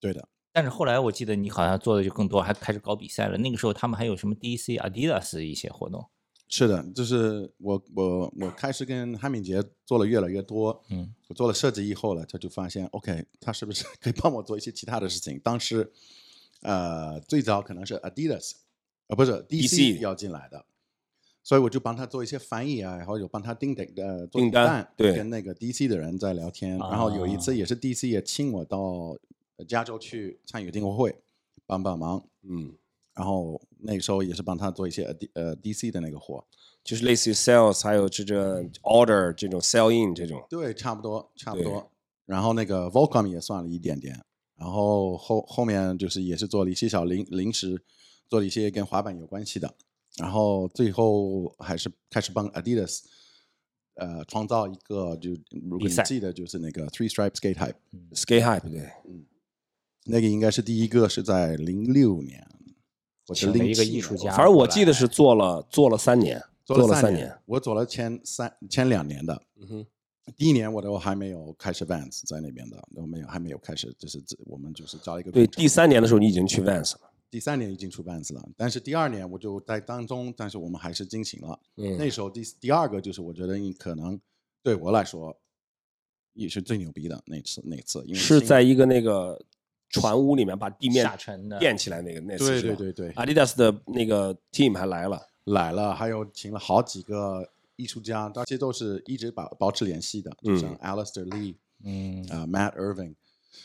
C: 对的，
A: 但是后来我记得你好像做的就更多，还开始搞比赛了。那个时候他们还有什么 DC、Adidas 一些活动？
C: 是的，就是我我我开始跟汉敏杰做了越来越多，
A: 嗯，
C: 我做了设计以后了，他就发现 OK，他 *laughs* 是不是可以帮我做一些其他的事情？当时，呃，最早可能是 Adidas，呃，不是 DC 要进来的，所以我就帮他做一些翻译啊，然后有帮他订的呃做
B: 订单对
C: 跟那个 DC 的人在聊天，然后有一次也是 DC 也请我到加州去参与订货会，帮帮忙，
B: 嗯，
C: 然后那个时候也是帮他做一些呃 D 呃 DC 的那个货。
B: 就是类似于 sales，还有这这 order 这种 sell in 这种。
C: 对，差不多，差不
B: 对
C: 多。然后那个 Volcom 也算了一点点，然后后后面就是也是做了一些小零零食，做了一些跟滑板有关系的，然后最后还是开始帮 Adidas，呃，创造一个就如果
A: 比
C: 你
A: 赛
C: 记得就是那个 Three Stripe Skate Type，
B: Skate Hype 对，
C: 那个应该是第一个是在零六年，我是
A: 请了
C: 零
A: 一个艺术家
B: 反正我记得是做了做了三年，
C: 做了
B: 了
C: 三
B: 三
C: 年，。我做了前三前两年的。
B: 嗯哼，
C: 第一年我都还没有开始 Vans 在那边的，都没有还没有开始，就是自我们就是招一个
B: 对，
C: 工程
B: 第三年的时候你已经去 Vans 了。
C: 第三年已经出 Vans 了，但是第二年我就在当中，但是我们还是进行了。
B: 嗯，
C: 那时候第第二个就是我觉得你可能对我来说也是最牛逼的那次那次，因为
B: 是
C: 新
B: 在一个那个船屋里面把地面
A: 下沉的
B: 垫起来那个那次
C: 对
B: 是吧
C: 对对对
B: ，Adidas 的那个 team 还来了。
C: 来了，还有请了好几个艺术家，这些都是一直保保持联系的，就像 Alistair Lee
A: 嗯
C: 啊、Matt Irving，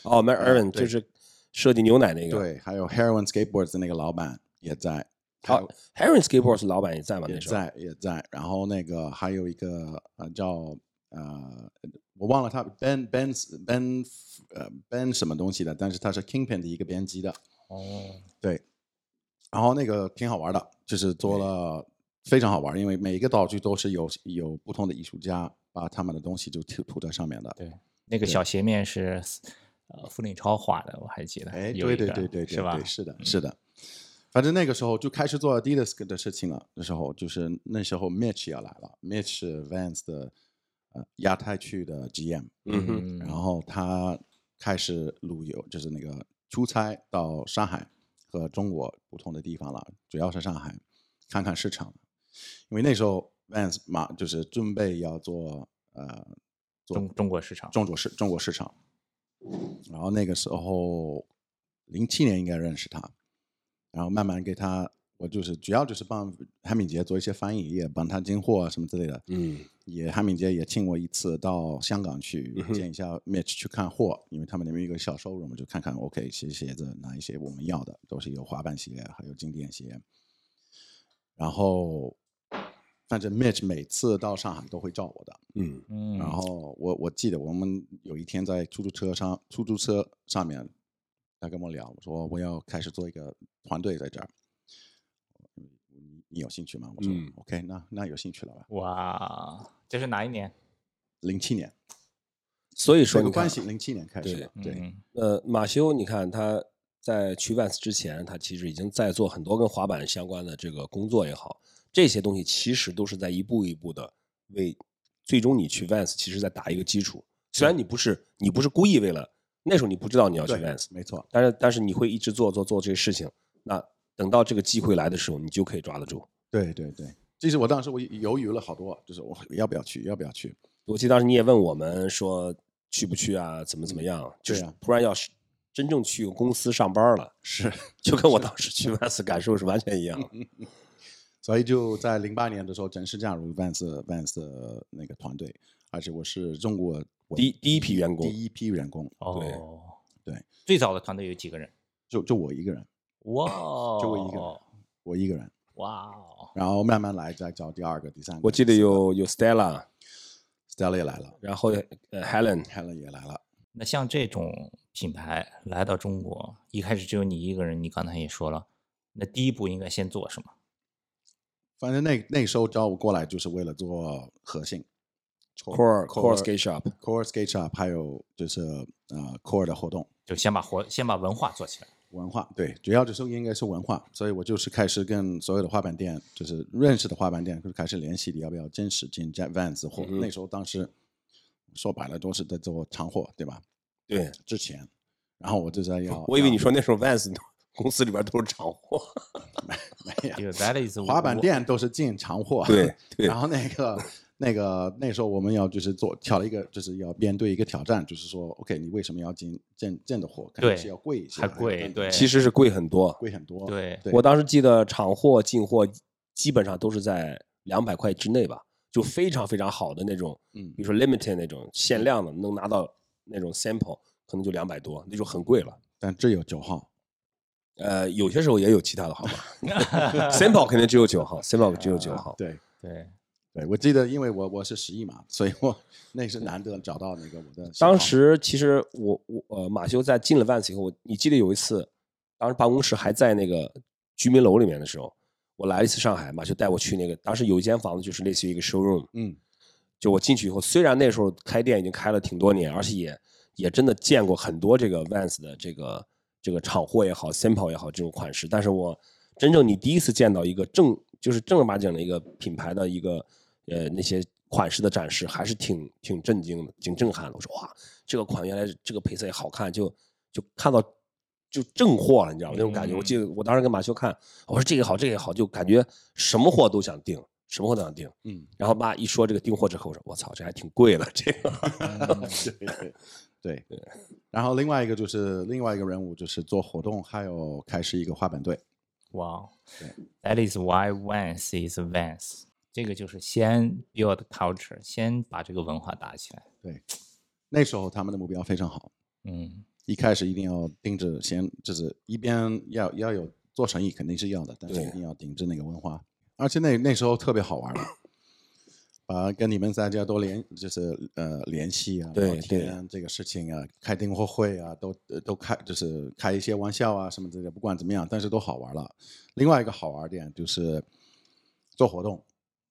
B: 哦 m a r Irvin
C: 对
B: 就是设计牛奶那个。哦
C: 对，还有 Heroin Skateboards 的那个老板也在，
B: 好，Heron Skateboards 老板也在吗？
C: 也
B: 那时候
C: 在也在。然后那个还有一个呃叫呃我忘了他 Ben Ben Ben 呃 Ben 什么东西的，但是他是 Kingpin 的一个编辑的。
B: 哦，
C: 对，然后那个挺好玩的，就是做了非常好玩，因为每一个道具都是有有不同的艺术家把他们的东西就涂涂在上面的。
A: 对，那个小斜面是呃傅立超画的，我还记得。
C: 哎，
A: 有
C: 对
A: 一
C: 对
A: 个
C: 对对对，
A: 是吧嗯
C: 对？是的，是的。反正那个时候就开始做 Adidas 的事情了。那时候就是那时候 Mitch 要来了，Mitch 是 Vans 的呃亚太区的 GM，
B: 嗯哼，
A: 嗯
C: 然后他开始旅游，就是那个出差到上海和中国不同的地方了，主要是上海看看市场，因为那时候 Vans 嘛就是准备要做呃做
A: 中中国市场，
C: 中国市中国市场，然后那个时候零七年应该认识他，然后慢慢给他，我就是主要就是帮韩敏杰做一些翻译，也帮他进货啊什么之类的，
B: 嗯，
C: 也韩敏杰也请我一次到香港去
B: 嗯哼
C: 见一下 Mitch 去看货，因为他们那边有一个小 showroom，就看看 OK 鞋鞋子哪一些我们要的，都是有滑板鞋，还有经典鞋。然后，反正 Mitch 每次到上海都会叫我的，
B: 嗯，
A: 嗯，
C: 然后我我记得我们有一天在出租车上，出租车上面，他跟我聊，我说我要开始做一个团队在这儿，你你有兴趣吗？我说、
B: 嗯
C: OK，那那有兴趣了吧？
A: 哇，这是哪一年？
C: 零七年，
B: 所以说
C: 这
B: 你
C: 个
B: 看
C: 关系零七年开始的，对
A: 嗯，
B: 呃，马修，你看他在去 Vans 之前，他其实已经在做很多跟滑板相关的这个工作也好，这些东西其实都是在一步一步的为最终你去 Vans，其实在打一个基础。虽然你不是你不是故意为了那时候你不知道你要去
C: 对
B: Vans，
C: 没错，
B: 但是但是你会一直做做做这些事情。那等到这个机会来的时候，你就可以抓得住。
C: 对对对。其实我当时我犹豫了好多，就是我要不要去，要不要去？
B: 我记得当时你也问我们说去不去啊，怎么怎么样，就
C: 对
B: 是
C: 啊
B: 突然要是真正去公司上班了，
C: 是，嗯
B: 就跟我当时去 Vans 感受是完全一样的。
C: 所以就在零八年的时候正式加入 Vans Vans 的那个团队，而且我是中国唯
B: 第一第一批员工
C: 第一批员工，
A: 哦，
C: 对，
A: 最早的团队有几个人？
C: 就就我一个人。
A: 哇，
C: *coughs* 就我一个人
A: 哦，
C: 我一个人，
A: 哇哦，
C: 然后慢慢来，再找第二个、第三个。
B: 我记得有有 Stella，
C: Stella 也来了
B: 然后呃 Helen，
C: ，Helen 也来了，
A: 那像这种品牌来到中国，一开始只有你一个人，你刚才也说了，那第一步应该先做什么？
C: 反正那那时候招我过来就是为了做核心
B: Core- Core Skate Shop
C: Core Skate Shop，还有就是呃 Core 的活动
A: 就先把活，先把文化做起来。
C: 文化，对，主要就是应该是文化，所以我就是开始跟所有的滑板店，就是认识的滑板店，就开始联系你要不要真实进 Vans 货。
B: 嗯
C: 那时候当时说白了都是在做长货，对吧？
B: 对，
C: 之前，然后我就在要，
B: 我以为你
C: 要
B: 说那时候 Vans 公司里边都是厂货，
C: *laughs* 没有
A: 这个 that is
C: *laughs* 滑板
A: 我
C: 店都是进常货，
B: 对对
C: *laughs* 然后那个那个那时候我们要就是做挑了一个就是要面对一个挑战，就是说 OK，你为什么要进进进的货？肯定
A: 对
C: 是要贵一些，
A: 还贵，对，
B: 其实是贵很多。
C: 贵很多。 *laughs*
A: 对
C: 对
B: 我当时记得厂货进货基本上都是在两百块之内吧，就非常非常好的那种，
C: 嗯
B: 比如说 limited 那种限量的，能拿到那种 sample 可能就两百多，那就很贵了。
C: 但只有九号，
B: 呃，有些时候也有其他的号
C: *laughs*
B: 码
A: *laughs*
B: ，sample 肯定只有九号，sample 只有九号。
C: 啊对
A: 对，
C: 对，我记得因为我我是十亿嘛，所以我那是难得找到那个我的型号。
B: 当时其实我我呃马修在进了 Vans 以后，我你记得有一次，当时办公室还在那个居民楼里面的时候，我来了一次上海，马修带我去那个，当时有一间房子就是类似于一个 showroom，
C: 嗯，
B: 就我进去以后，虽然那时候开店已经开了挺多年，而且也也真的见过很多这个 Vans 的这个这个厂货也好，sample 也好这种款式，但是我真正你第一次见到一个正就是正儿八经的一个品牌的一个呃那些款式的展示，还是挺挺震惊的，挺震撼的。我说哇，这个款原来这个配色也好看，就就看到就正货了，你知道吗？那种感觉。我记得我当时跟马修看，我说这个好，这个好，就感觉什么货都想订，什么货都想订。然后妈一说这个订货之后，我说我操，这还挺贵的，这个
A: 嗯
C: 对对对。然后另外一个就是另外一个人物就是做活动，还有开始一个滑板队。
A: 哇、t h a t is why Vans is Vans。这个就是先 build culture，先把这个文化打起来。
C: 对，那时候他们的目标非常好。
A: 嗯，
C: 一开始一定要盯着先，就是一边要要有做生意肯定是要的，但是
B: 对
C: 一定要顶着那个文化。而且那那时候特别好玩儿把跟你们大家都联就是呃联系啊，
B: 对
C: 聊天啊这个事情啊，开订货会啊，都呃都开就是开一些玩笑啊什么之类的，不管怎么样，但是都好玩了。另外一个好玩儿点就是做活动，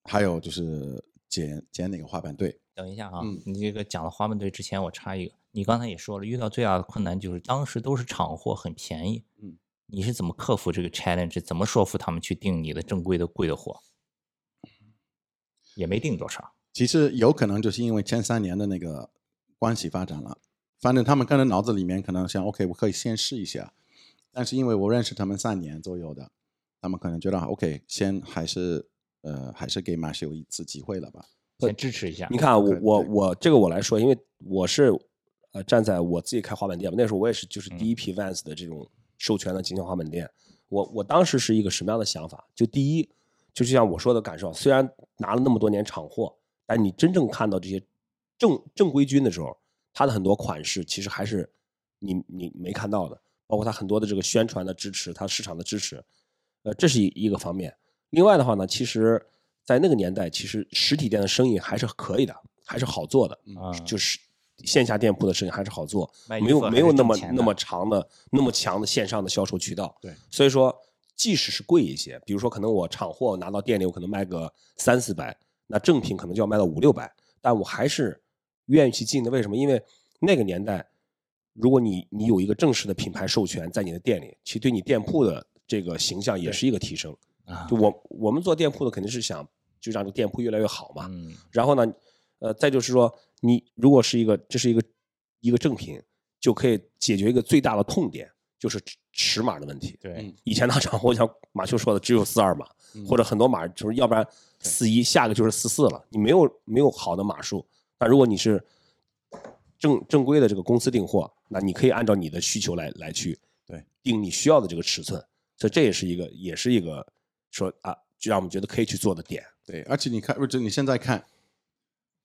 C: 还有就是捡捡哪个滑板队，
A: 等一下啊，
C: 嗯
A: 你这个讲到花瓣队之前，我插一个，你刚才也说了，遇到最大的困难就是当时都是厂货，很便宜。
C: 嗯，
A: 你是怎么克服这个 challenge？怎么说服他们去订你的正规的贵的货？也没订多少。
C: 其实有可能就是因为前三年的那个关系发展了，反正他们可能脑子里面可能想，OK，我可以先试一下，但是因为我认识他们三年左右的，他们可能觉得 OK，先还是呃还是给马修一次机会了吧。
A: 先支持一下
B: 你，看我
C: 对
B: 我
C: 对
B: 我这个我来说，因为我是呃站在我自己开滑板店嘛，那时候我也是就是第一批 Vans 的这种授权的经销滑板店。我我当时是一个什么样的想法？就第一，就是像我说的感受，啊虽然拿了那么多年厂货，但你真正看到这些正正规军的时候，它的很多款式其实还是你你没看到的，包括它很多的这个宣传的支持，它市场的支持，呃，这是一一个方面。另外的话呢，其实，在那个年代，其实实体店的生意还是可以的，还是好做的，
A: 啊，
B: 就是线下店铺的生意还是好做，
A: 卖
B: 没
A: 衣服
B: 有
A: 还
B: 没有
A: 是
B: 那
A: 挣
B: 么
A: 钱
B: 那
A: 的
B: 么长的那么强的线上的销售渠道。
C: 对，
B: 所以说即使是贵一些，比如说可能我厂货拿到店里，我可能卖个三四百，那正品可能就要卖到五六百，但我还是愿意去进的。为什么？因为那个年代，如果你你有一个正式的品牌授权在你的店里，其实对你店铺的这个形象也是一个提升。
A: 啊
B: 就我我们做店铺的肯定是想就让这个店铺越来越好嘛。
A: 嗯，
B: 然后呢，呃，再就是说，你如果是一个这是一个一个正品，就可以解决一个最大的痛点，就是尺尺码的问题。
A: 对，
B: 以前大 *laughs* 厂，我像马修说的，只有四二码，或者很多码就是要不然四一，下个就是四四了，你没有没有好的码数。那如果你是正正规的这个公司订货，那你可以按照你的需求来来去
C: 对
B: 定你需要的这个尺寸，所以这也是一个也是一个说啊，就让我们觉得可以去做的点。
C: 对，而且你看，不是你现在看，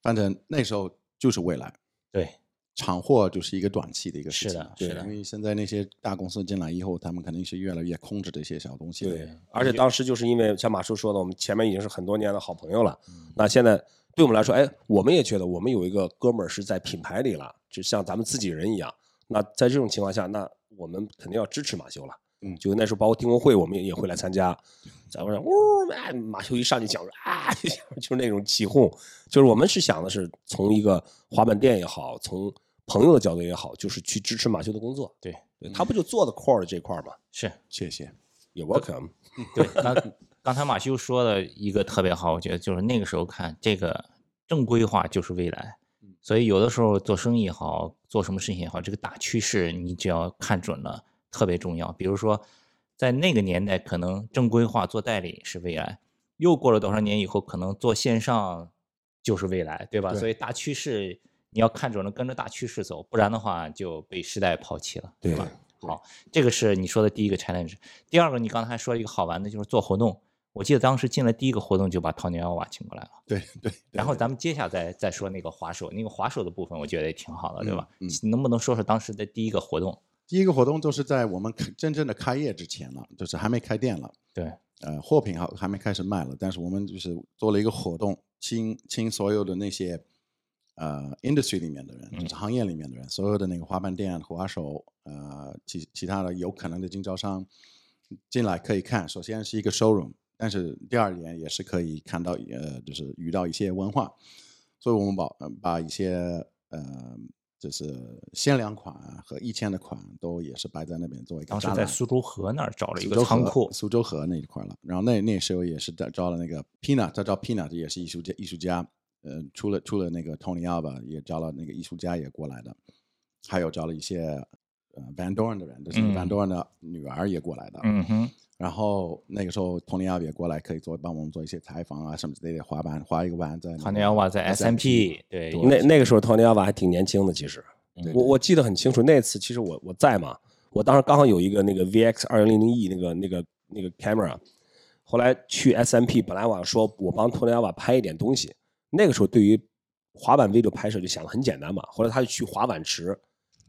C: 反正那时候就是未来，
A: 对，
C: 厂货就是一个短期的一个事
A: 是
C: 情
A: 的
C: 啊，
A: 是
C: 对
A: 的
C: 因为现在那些大公司进来以后，他们肯定是越来越控制这些小东西的。
B: 而且当时就是因为像马叔说的，我们前面已经是很多年的好朋友了。
C: 嗯
B: 那现在对我们来说，哎，我们也觉得我们有一个哥们儿是在品牌里了，就像咱们自己人一样。那在这种情况下，那我们肯定要支持马修了。
C: 嗯
B: 就那时候包括订购会，我们也也会来参加。咱们说，呜，哎，马修一上去讲啊， *laughs* 就是那种起哄，就是我们是想的是从一个滑板店也好，从朋友的角度也好，就是去支持马修的工作。
A: 对，
B: 对他不就做的 core 这块儿吗？
A: 是
C: 谢谢。
B: 也 welcome。
A: 对，刚刚才马修说的一个特别好，我觉得就是那个时候看这个正规化就是未来，所以有的时候做生意也好，做什么事情也好，这个大趋势你只要看准了，特别重要。比如说，在那个年代，可能正规化做代理是未来，又过了多少年以后，可能做线上就是未来，对吧？所以大趋势你要看准了，跟着大趋势走，不然的话就被时代抛弃了，对吧？好，这个是你说的第一个 challenge。第二个，你刚才还说一个好玩的，就是做活动。我记得当时进了第一个活动就把陶尼奥瓦请过来了，
C: 对对，
A: 然后咱们接下来再再说那个滑手，那个滑手的部分我觉得也挺好的，对吧？
C: 嗯
A: 你能不能说说当时的第一个活动？
C: 第一个活动就是在我们开真正的开业之前了，就是还没开店了，
A: 对，
C: 呃，货品还还没开始卖了，但是我们就是做了一个活动，请请所有的那些呃 industry 里面的人，
A: 嗯
C: 就是行业里面的人，所有的那个滑板店、啊滑手，呃，其其他的有可能的经销商进来可以看，首先是一个 showroom，但是第二点也是可以看到，呃，就是遇到一些文化，所以我们把呃把一些呃。就是限量款啊和一千的款都也是摆在那边做一个
A: 当时
C: 展
A: 在
C: 览。
A: 苏州河那儿找了一
C: 苏
A: 个
C: 州
A: 仓
C: 河
A: 库，
C: 苏州河那一块了。然后那那时候也是招招了那个 Pina，他招 Pina 也是艺术家，艺术家，呃，除了除了那个 Tony Alva 也招了那个艺术家也过来的，还有招了一些呃 Van Dorn 的人，就是
A: 嗯
C: Van Dorn 的女儿也过来的。
A: 嗯哼，
C: 然后那个时候 Tony Alva 也过来，可以做帮我们做一些采访啊什么之类的，滑板滑一个板在那个
A: 陶尼奥瓦在 S M P，对，
B: 那那个时候，托尼亚瓦还挺年轻的，其实
C: 对
B: 我我记得很清楚。那次其实我我在嘛，我当时刚好有一个那个 VX 二零零零 E 那个那个那个 camera，后来去 SMP，本来我想说我帮托尼亚瓦拍一点东西，那个时候对于滑板 video 拍摄就想的很简单嘛。后来他就去滑板池，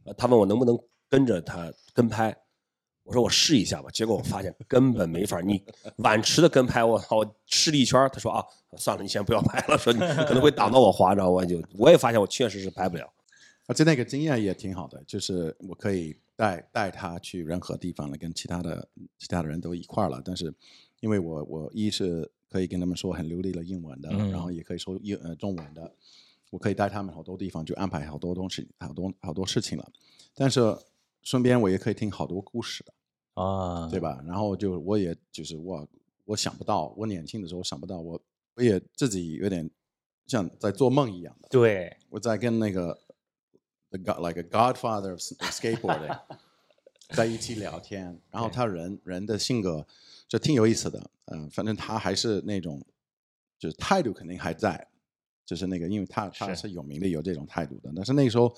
B: 呃，他问我能不能跟着他跟拍。我说我试一下吧，结果我发现根本没法。你碗池的跟拍，我操，我试了一圈儿，他说啊，算了，你先不要拍了，说你可能会挡到我滑，然后我就我也发现我确实是拍不了。
C: 而且那个经验也挺好的，就是我可以带带他去任何地方了，跟其他的其他的人都一块儿了。但是因为我我一是可以跟他们说很流利的英文的，
A: 嗯
C: 然后也可以说英呃中文的，我可以带他们好多地方去安排好多东西，好多好多事情了。但是顺便我也可以听好多故事的，
A: 啊，
C: 对
A: 吧？
C: 吧？然后就我也就是我我想不到，我年轻的时候想不到，我我也自己有点像在做梦一样的。
A: 对，
C: 我在跟那个 the god like a godfather of s- of skateboarding 在一起聊天，然后他人人的性格就挺有意思的，嗯、反正他还是那种就是态度肯定还在，就是那个因为他他
A: 是
C: 是有名的有这种态度的，但是那时候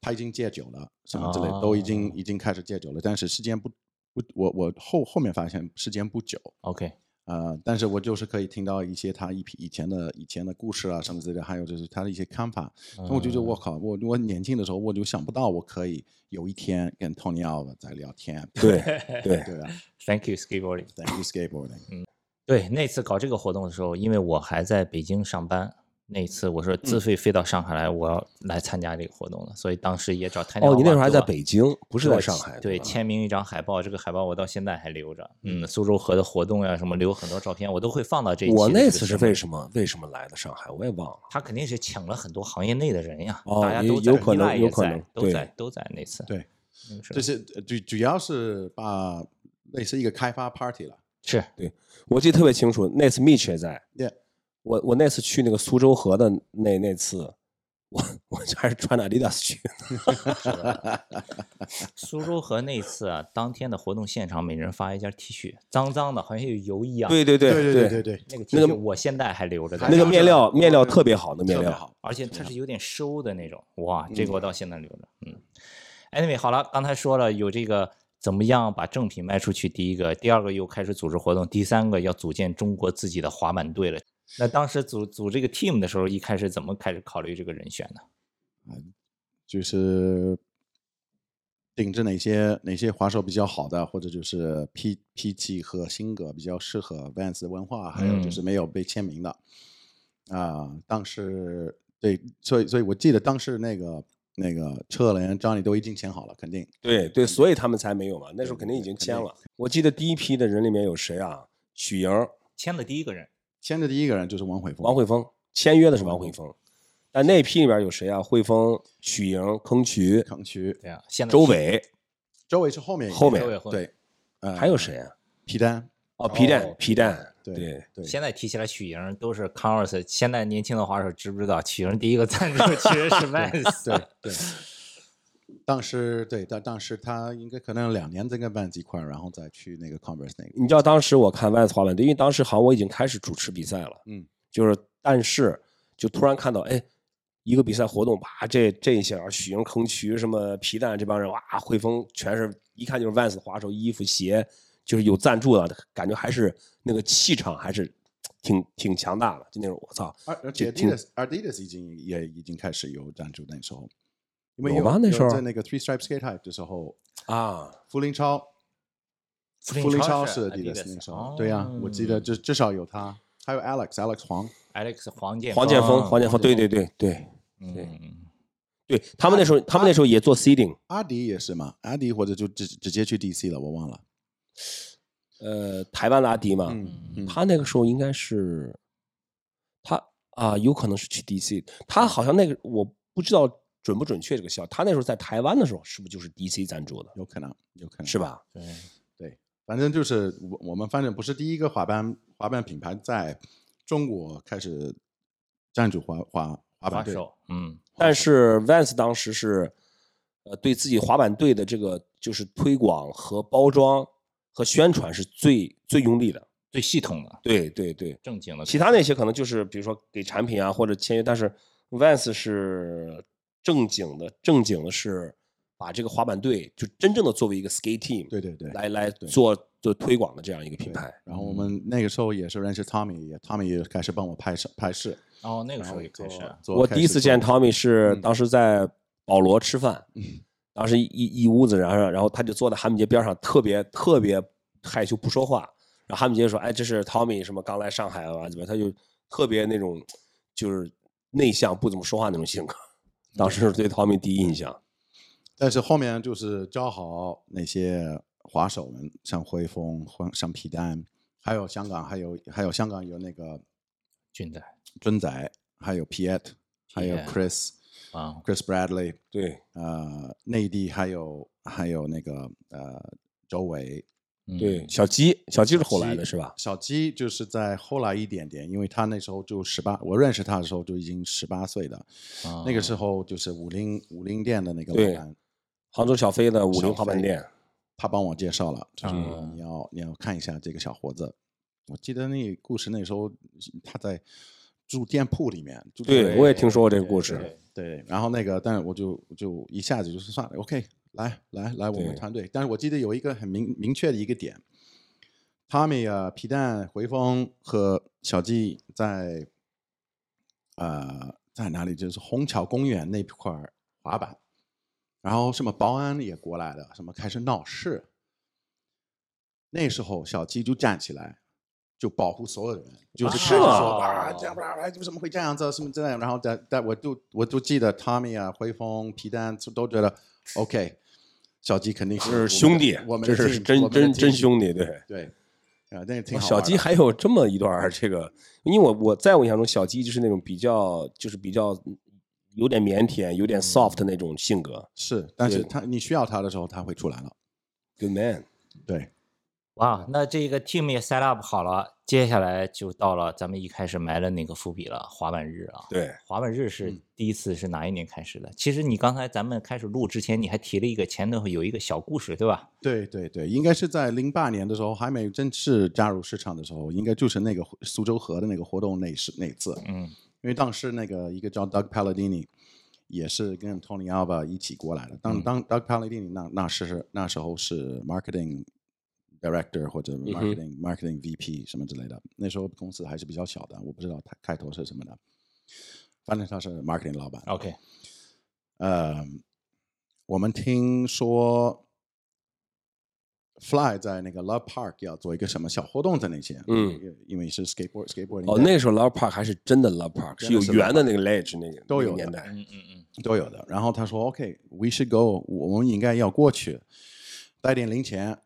C: 他已经戒酒了，什么之类的都已经已经开始戒酒了，但是时间不不我我后后面发现时间不久，
A: OK，
C: 呃，但是我就是可以听到一些他一批以前的以前的故事啊什么之类的，还有就是他的一些看法。那、我
B: 嗯
C: 就觉得
A: 嗯
C: 我靠，我我年轻的时候我就想不到我可以有一天跟 Tony Alva 在聊天，
B: 对
A: *laughs*
B: 对，
C: *laughs* 对啊
A: Thank you skateboarding。
C: ，Thank you skateboarding，
A: 对，那次搞这个活动的时候，因为我还在北京上班，那次我说
B: 嗯
A: 自费飞到上海来，我要来参加这个活动了，所以当时也找探
B: 哦，你那时候还在北京，不是在上海，
A: 对，
B: 吧
A: 签名一张海报，这个海报我到现在还留着。嗯，苏州河的活动呀、什么留很多照片，我都会放到这一期的
B: 我
A: 这个视频。
B: 那次是为什么为什么来的上海，我也忘了。
A: 他肯定是请了很多行业内的人呀，
B: 哦
A: 大家
B: 也
A: 都在，
B: 有可能
A: 依赖也
B: 有可
A: 在
B: 能
A: 都
B: 对
A: 在都在那次。
C: 对，
B: *laughs*
A: 嗯，是
C: 这是呃主主要是把类似一个开发 party 了，
A: 是
B: 我记得特别清楚，那次 Mitch 也在。
C: Yeah
B: 我我那次去那个苏州河的那那次，我我还是穿着 Adidas 去的。
A: 苏州河那次啊，当天的活动现场每人发一件 T 恤，脏脏的，好像有油一样。，
B: 对对
C: 对对对对，
A: 那个 T
B: 那
A: 恤
B: 个
A: 我现在还留着在
B: 那
A: 家
B: 个
A: 里，
B: 面料面料特别好，那面
C: 特别
B: 料。
C: 好，
A: 而且它是有点收的那种，哇，这个我到现在留着。嗯，anyway，好了，刚才说了有这个怎么样把正品卖出去，第一个，第二个又开始组织活动，第三个要组建中国自己的滑板队了。那当时组组这个 team 的时候，一开始怎么开始考虑这个人选呢？
C: 就是顶着哪些哪些滑手比较好的，或者就是脾脾气和性格比较适合 Vans 的文化，还有就是
B: 嗯
C: 没有被签名的。啊、当时对，所以所以我记得当时那个那个车轮 Johnny 都已经签好了，肯定
B: 对对，所以他们才没有嘛。那时嗯候肯定已经签
C: 肯定
B: 了。我记得第一批的人里面有谁啊？许莹、
A: 签的第一个人，
C: 签的第一个人就是王慧峰。
B: 王慧峰，签约的嗯是王慧峰。但那批里边有谁啊？慧峰、许莹、坑渠、
C: 康区，
A: 对啊，现在
B: 周伟，
C: 周伟是后面一个
B: 后面
A: 周伟后面
C: 对，呃，
B: 还有谁啊？
C: 皮丹，
B: 哦，皮蛋，皮蛋，
C: 对
B: 对
C: 对，
A: 现在提起来许莹都是 Converse，现在年轻的滑手知不知道？许莹第一个赞助其
B: *laughs*
A: 实是 Vans，
C: 对对。当时对，但当时他应该可能有两年在跟 Vans 一块儿，然后再去那个 Converse 那个。
B: 你知道当时我看 Vans 滑板队，因为当时好像我已经开始主持比赛了，
C: 嗯，
B: 就是但是就突然看到，哎，一个比赛活动，啪，这这一下，许莹、坑渠、什么皮蛋这帮人，哇，汇丰全是一看就是 Vans 的滑手，衣服、鞋就是有赞助的，感觉还是那个气场还是挺挺强大的，就那种我操，
C: 而而且
B: 挺
C: Adidas Adidas 已经也已经开始有赞助那时候，因为
B: 有吗那时候
C: 在那个 Three Stripes Skate Hype 的时候，
B: 啊，
C: 傅林超，
A: 福林
C: 林
A: 超
C: 超
A: 是
C: 是 Adidas
A: Adidas
C: 那时候，对呀、啊我记得
A: 哦
C: 至至少有他，还有 Alex Alex 黄，
A: Alex 黄建
B: 黄建锋，啊黄建锋，
C: 黄建锋
B: 对对对对对
A: 嗯。
B: 对，他们那时候他们那时候也做 seeding，
C: 阿迪也是嘛，阿迪或者就直直接去 DC 了，我忘了，
B: 呃，台湾的阿迪嘛，
C: 嗯嗯，
B: 他那个时候应该是，他啊，有可能是去 DC，他好像那个我不知道准不准确这个消息，他那时候在台湾的时候是不是就是 DC 赞助的，
C: 有可能，有可能
B: 是？吧？
A: 对，
C: 反正就是我我们反正不是第一个滑板滑板品牌在中国开始赞助滑滑滑板
A: 滑
C: 队，
A: 手，嗯，
B: 但是 Vans 当时是，呃，对自己滑板队的这个就是推广和包装和宣传是最最用力的，
A: 最系统的、
B: 对对对，
A: 正经的。
B: 其他那些可能就是比如说给产品啊或者签约，但是 Vans 是正经的，正经的是把这个滑板队就真正的作为一个 skate team
C: 对对对，
B: 来来做做推广的这样一个品牌。
C: 然后
A: 嗯
C: 我们那个时候也是认识 Tommy，也 Tommy 也开始帮我拍摄拍摄。
A: 哦，那
C: 那
A: 个时候也开始，
C: 做
B: 我第一次见 Tommy 是当时在保罗吃饭，当时一一一屋子人，然后然后他就坐在韩敏杰边上，特别特别害羞不说话。然后韩敏杰说：“哎，这是 Tommy 什么刚来上海啊，怎么样？”他就特别那种就是内向不怎么说话那种性格。当时是对 Tommy 第一印象，
C: 但是后面就是教好那些滑手们，像汇丰、像像皮蛋，还有香港，还有还有香港有那个
A: 俊仔
C: 尊仔，还有 Piet，还有
A: Piet
C: Chris、
A: 啊，
C: Chris Bradley，
B: 对，
C: 呃，内地还有还有那个呃周伟，
A: 嗯
B: 对，小鸡，小鸡是后来的是吧？
C: 小鸡就是在后来一点点，因为他那时候就十八，我认识他的时候就已经十八岁了，
A: 啊
C: 那个时候就是武林武林店的那个
B: 啊对
C: 老板，
B: 杭州小飞的五
C: 小
B: 菱滑板
C: 飞
B: 店，
C: 他帮我介绍了，
B: 啊
C: 就是
A: 嗯
C: 你要你要看一下这个小伙子。我记得那故事那时候他在住店铺里面，住
B: 对
C: 在
B: 我也听说过这个故
A: 对
B: 事。
C: 对，然后那个，但是我就我就一下子就是算了，OK，来来来我
B: 对
C: 们团队。但是我记得有一个很明明确的一个点，Tommy 啊、皮蛋、回风和小季在呃在哪里？就是虹桥公园那块儿滑板，然后什么保安也过来了，什么开始闹事。那时候小鸡就站起来，就保护所有人，就是
B: 是
C: 开始
B: 吗
C: 说啊，这样不然怎么会这样子，什么这样，然后但但我就我就记得 Tommy 啊、灰风、皮蛋就都觉
B: *laughs*
C: 得 OK，小鸡肯定是我
B: 是
C: 们
B: 兄弟
C: 的，我们
B: 这
C: 的
B: 是
C: team，
B: 真
C: 我们的
B: 真真
C: team
B: 兄弟，对。
C: 对，啊，那个挺好玩
B: 小
C: 的
B: 鸡还有这么一段儿这个，因为我我在我印象中，小鸡就是那种比较就是比较有点腼腆、有
C: 嗯
B: 点 soft 那种性格
C: 是，但是
B: 对
C: 他你需要他的时候他会出来了，
B: ，good man。
C: 对，
A: 哇，那这个 team 也 set up 好了，接下来就到了咱们一开始埋了那个伏笔了，滑板日啊。
B: 对，
A: 滑板日是
C: 嗯
A: 第一次是哪一年开始的？其实你刚才咱们开始录之前，你还提了一个前头有一个小故事，对吧？
C: 对对对，应该是在零八年的时候，还没正式加入市场的时候，应该就是那个苏州河的那个活动那是那次，
A: 嗯
C: 因为当时那个一个叫 Doug Palladini，也是跟 Tony Alva 一起过来的。当当 Doug Palladini 那那是那时候是 marketing director 或者
B: 哼
C: marketing、marketing VP 什么之类的。那时候公司还是比较小的，我不知道他开头是什么的，反正他是 marketing 老板。
A: ，OK，
C: 呃，我们听说 Fly 在那个 Love Park 要做一个什么小活动在那些，
B: 嗯，
C: 因为是 skateboard skateboard
B: 哦，那时候 love park 还是真的 love park，是
C: 真
B: 有
C: 的是
B: 圆
C: love
B: 的那个 ledge 那个
C: 都有
B: 那个年
C: 的
B: 代。
A: 嗯嗯嗯，
C: 都有的。然后他说：“OK，we、should go，我们应该要过去，带点零钱，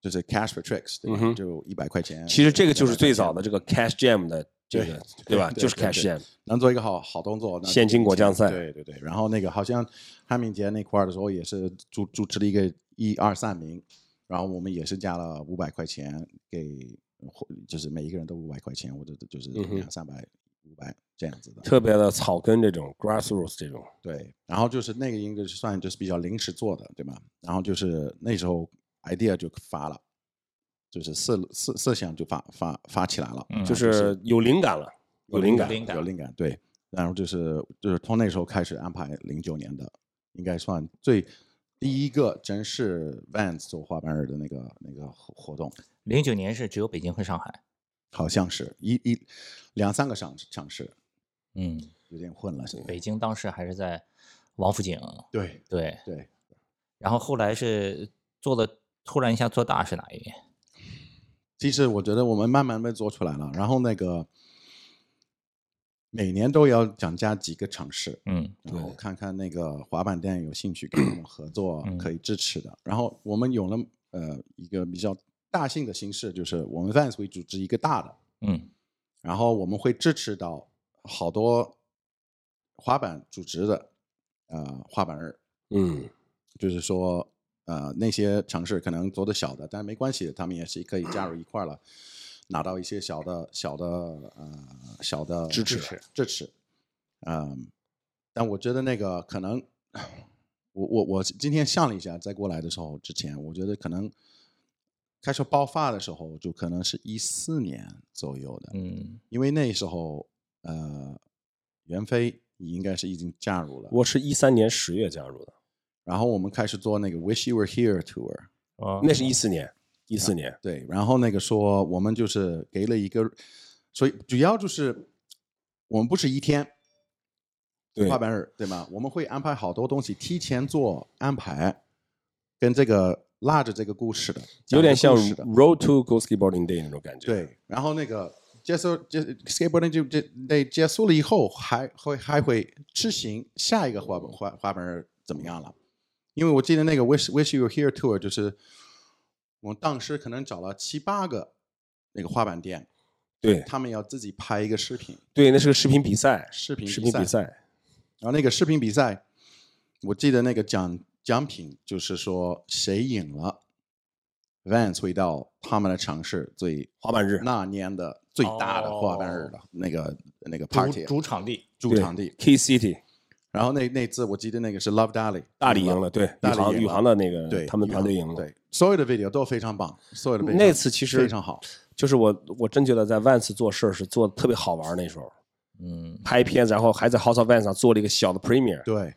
C: 就是 cash for tricks，对吧？
B: 嗯哼
C: 就一百块钱。
B: 其实这个就是最
C: 200
B: 早
C: 块钱
B: 的这个 cash jam 的这个，对
C: 对
B: 吧？
C: 对
B: 就是
C: 对
B: cash
C: 对
B: jam，
C: 能做一个好好动作，那
B: 现金果酱赛
C: 对对对。然后那个好像汉敏杰那块儿的时候也是主主持了一个一二三名，然后我们也是加了五百块钱给，或就是每一个人都五百块钱，或者就是
B: 嗯哼
C: 两三百、五百这样子的。
B: 特别的草根这种 grassroots 这种。
C: 对，然后就是那个应该是算就是比较临时做的，对吧？然后就是那时候 idea 就发了，就是设设设想就发发发起来了，
A: 嗯
B: 就
A: 就是
B: 有灵感了，有灵感。
A: 灵感
C: 有灵感，对。然后就是就是从那时候开始安排零九年的，应该算最第一个真是 Vans 做滑板儿的那个那个活活动，
A: 零九年是只有北京和上海。
C: 好像是一一两三个场场市，
A: 嗯，
C: 有点混了，现在
A: 北京当时还是在王府井，
C: 对
A: 对，
C: 对，
A: 然后后来是做的突然一下做大是哪一年？
C: 其实我觉得我们慢慢被做出来了，然后那个每年都要想加几个尝试，
A: 嗯
C: 然后
B: 对
C: 看看那个滑板店有兴趣跟我们合作
A: 嗯
C: 可以支持的。然后我们有了呃一个比较大性的形式，就是我们 Vans 会组织一个大的，
A: 嗯
C: 然后我们会支持到好多滑板组织的呃滑板日，
B: 嗯，
C: 就是说，呃，那些城市可能做的小的，但没关系，他们也是可以加入一块儿了，拿到一些小的、小的、呃、小的
B: 支持
C: 支持。嗯，但我觉得那个可能，我我我今天想了一下，在过来的时候之前，我觉得可能开始爆发的时候，就可能是一四年左右的，
A: 嗯，
C: 因为那时候，呃，袁飞应该是已经加入了，
B: 我是一三年十月加入的，
C: 然后我们开始做那个 Wish You Were Here Tour。
A: 哦
B: 那是一四年，一四年。
C: 对，然后那个说我们就是给了一个，所以主要就是我们不是一天，
B: 对
C: 滑板日，对吗？我们会安排好多东西，提前做安排，跟这个拉着这个故事的，
B: 有点
C: 讲
B: 像
C: 这个故事的，
B: Road to Go Skateboarding Day 那种感觉。，
C: 对。然后那个结束结 skateboarding 就这那结束了以后，还会还会执行下一个滑板滑滑板日怎么样了？因为我记得那个 Wish Wish You Were Here Tour 就是我当时可能找了七八个那个滑板店，
B: 对
C: 他们要自己拍一个视频，
B: 对，那是个视频比赛，
C: 视频
B: 视频比赛。
C: 然后那个视频比赛，我记得那个奖奖品就是说谁赢了，Vans 会到他们的城市最
B: 滑板日哦
C: 那年的最大的滑板日的那个、那个 party
A: 主主场地，
C: 主场地。
B: K City
C: 然后那那次我记得那个是 Love Daily
B: 大理赢了，对，宇
C: 大理
B: 航
C: 赢
B: 宇
C: 了
B: 航的那个
C: 对，
B: 他们团队赢了。，嗯
C: 对，所有的 video 都非常棒，所有的 video
B: 那次其实
C: 非常好，
B: 就是我我真觉得在 Vans 做事儿是做的特别好玩儿那时候。
A: 嗯，
B: 拍片子，然后还在 House of Vans 上做了一个小的 premiere，
C: 对